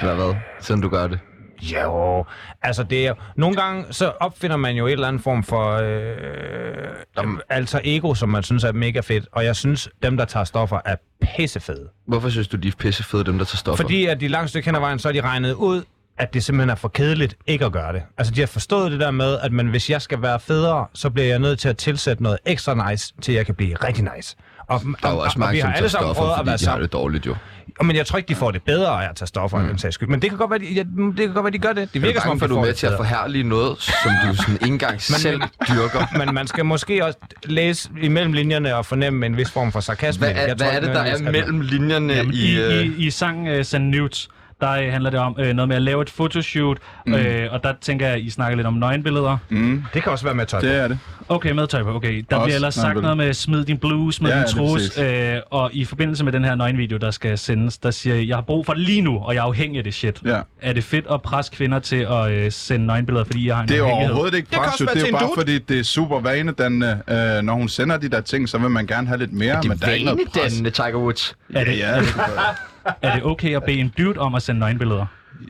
Speaker 3: Eller hvad? Sådan du gør det.
Speaker 6: jo- Jo, altså det er... Nogle gange, så opfinder man jo et eller andet form for... Øh, altså ego, som man synes er mega fedt. Og jeg synes, dem, der tager stoffer, er pissefede.
Speaker 3: Hvorfor synes du, de er pissefede, dem der tager stoffer?
Speaker 6: Fordi at de langt stykke hen ad vejen, så har de regnet ud, at det simpelthen er for kedeligt ikke at gøre det. Altså, de har forstået det der med, at man, hvis jeg skal være federe, så bliver jeg nødt til at tilsætte noget ekstra nice, til jeg kan blive rigtig nice. Og,
Speaker 3: der er jo også mange, som tager stoffer, fordi de har det dårligt jo.
Speaker 6: Og, men jeg tror ikke, de får det bedre af at tage stoffer, mm. den sags skyld. Men det kan godt være, de, ja, det kan godt være, de gør det. Det
Speaker 3: Jeg er
Speaker 6: virker som
Speaker 3: bange
Speaker 6: om,
Speaker 3: for,
Speaker 6: de
Speaker 3: at du
Speaker 6: får
Speaker 3: er med
Speaker 6: det
Speaker 3: til at
Speaker 6: bedre.
Speaker 3: forhærlige noget, som du sådan ikke engang selv dyrker.
Speaker 6: Men man skal måske også læse imellem linjerne og fornemme en vis form for sarkasme.
Speaker 3: Hvad er,
Speaker 6: Jeg
Speaker 3: hvad
Speaker 6: tror
Speaker 3: er
Speaker 6: ikke
Speaker 3: det, der
Speaker 6: nødvendigvis,
Speaker 3: er
Speaker 6: at-
Speaker 3: mellem linjerne
Speaker 2: Jamen,
Speaker 3: i...
Speaker 2: i,
Speaker 3: øh,
Speaker 2: i, i sang uh, Send Nudes, der øh, handler det om øh, noget med at lave et fotoshoot,
Speaker 3: Mhm.
Speaker 2: mm. øh, og der tænker jeg, I snakker lidt om nøgenbilleder. Mm.
Speaker 6: Det kan også være med tøj.
Speaker 4: Det
Speaker 6: Det,
Speaker 4: er det.
Speaker 2: Okay, med tøj på. Okay, der
Speaker 4: Også
Speaker 2: bliver ellers sagt
Speaker 4: nøgenbilleder.
Speaker 2: noget med smid din blue, smid
Speaker 4: Ja,
Speaker 2: ja,
Speaker 4: ja,
Speaker 2: din
Speaker 4: lige
Speaker 2: trus,
Speaker 4: præcis.
Speaker 2: øh, og i forbindelse med den her nøgenvideo, der skal sendes, der siger jeg, jeg har brug for det lige nu, og jeg er afhængig af det shit.
Speaker 4: Ja.
Speaker 2: Er det fedt at presse kvinder til at øh, sende nøgenbilleder, fordi jeg har en
Speaker 4: Det er jo
Speaker 2: afhængighed?
Speaker 4: overhovedet ikke
Speaker 6: kan
Speaker 4: pres, jo.
Speaker 6: også være
Speaker 4: det er
Speaker 6: til
Speaker 4: jo
Speaker 6: en
Speaker 4: bare
Speaker 6: dude.
Speaker 4: fordi, det er super vanedannende. Øh, når hun sender de der ting, så vil man gerne have lidt mere,
Speaker 3: Det
Speaker 4: men der er ikke
Speaker 3: er
Speaker 4: noget pres.
Speaker 3: vanedannende Tiger Woods.
Speaker 2: Er det,
Speaker 4: Ja,
Speaker 2: er det okay at bede en dude om at sende nøgenbilleder?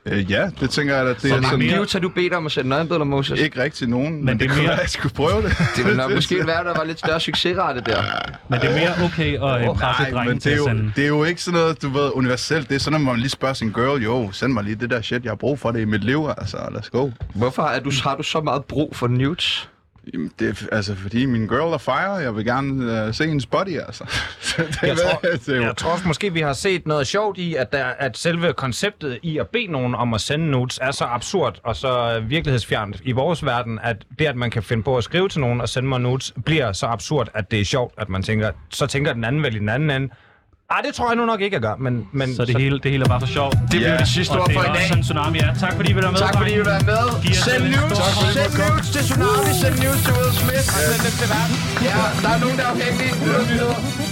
Speaker 4: øh, ja, det tænker jeg, at det
Speaker 3: Hvor
Speaker 4: er
Speaker 3: mange
Speaker 4: sådan,
Speaker 3: views har du bedt om at sende nøgenbilleder, Moses?
Speaker 4: ikke rigtig nogen, men,
Speaker 2: det
Speaker 4: det
Speaker 2: er
Speaker 4: kunne
Speaker 2: mere-
Speaker 4: være, at jeg skulle prøve det.
Speaker 3: Det ville nok måske være, at der var lidt større succesrate der.
Speaker 2: Men det er mere okay at øh, presse
Speaker 4: Nej, men
Speaker 2: drengen
Speaker 4: det
Speaker 2: til
Speaker 4: er,
Speaker 2: at
Speaker 4: jo,
Speaker 2: sende...
Speaker 4: det er jo ikke sådan noget, du ved, universelt. Det er sådan, at man lige spørger sin girl, jo, send mig lige det der shit, jeg har brug for det i mit liv, altså, let's go.
Speaker 3: Hvorfor er du, har du så meget brug for nudes?
Speaker 4: Jamen, det er altså, fordi min girl er fire, jeg vil gerne øh, se hendes body, altså. Så det,
Speaker 6: jeg, tror,
Speaker 4: det er jo-
Speaker 6: jeg tror også måske, vi har set noget sjovt i, at, der, at selve konceptet i at bede nogen om at sende notes er så absurd og så øh, virkelighedsfjernt i vores verden, at det, at man kan finde på at skrive til nogen og sende mig notes, bliver så absurd, at det er sjovt, at man tænker, så tænker den anden vel i den anden ende, Ej, det tror jeg nu nok ikke, jeg gør, men... men
Speaker 2: Så det hele, det hele er bare for sjov.
Speaker 7: Det
Speaker 13: Ja.
Speaker 7: bliver det sidste
Speaker 2: og
Speaker 7: ord
Speaker 2: det
Speaker 7: for
Speaker 2: er
Speaker 7: i
Speaker 2: også
Speaker 7: dag.
Speaker 2: sådan tsunami er. Tak fordi I vil være med.
Speaker 7: Tak fordi I vil være med.
Speaker 2: Giv os
Speaker 7: Send
Speaker 2: en
Speaker 7: news.
Speaker 2: stor hånd.
Speaker 7: Send news til Tsunami. Send news til Will Smith. Send dem til verden. Ja, der er nogen, der er afhængige. Ud af nyheder.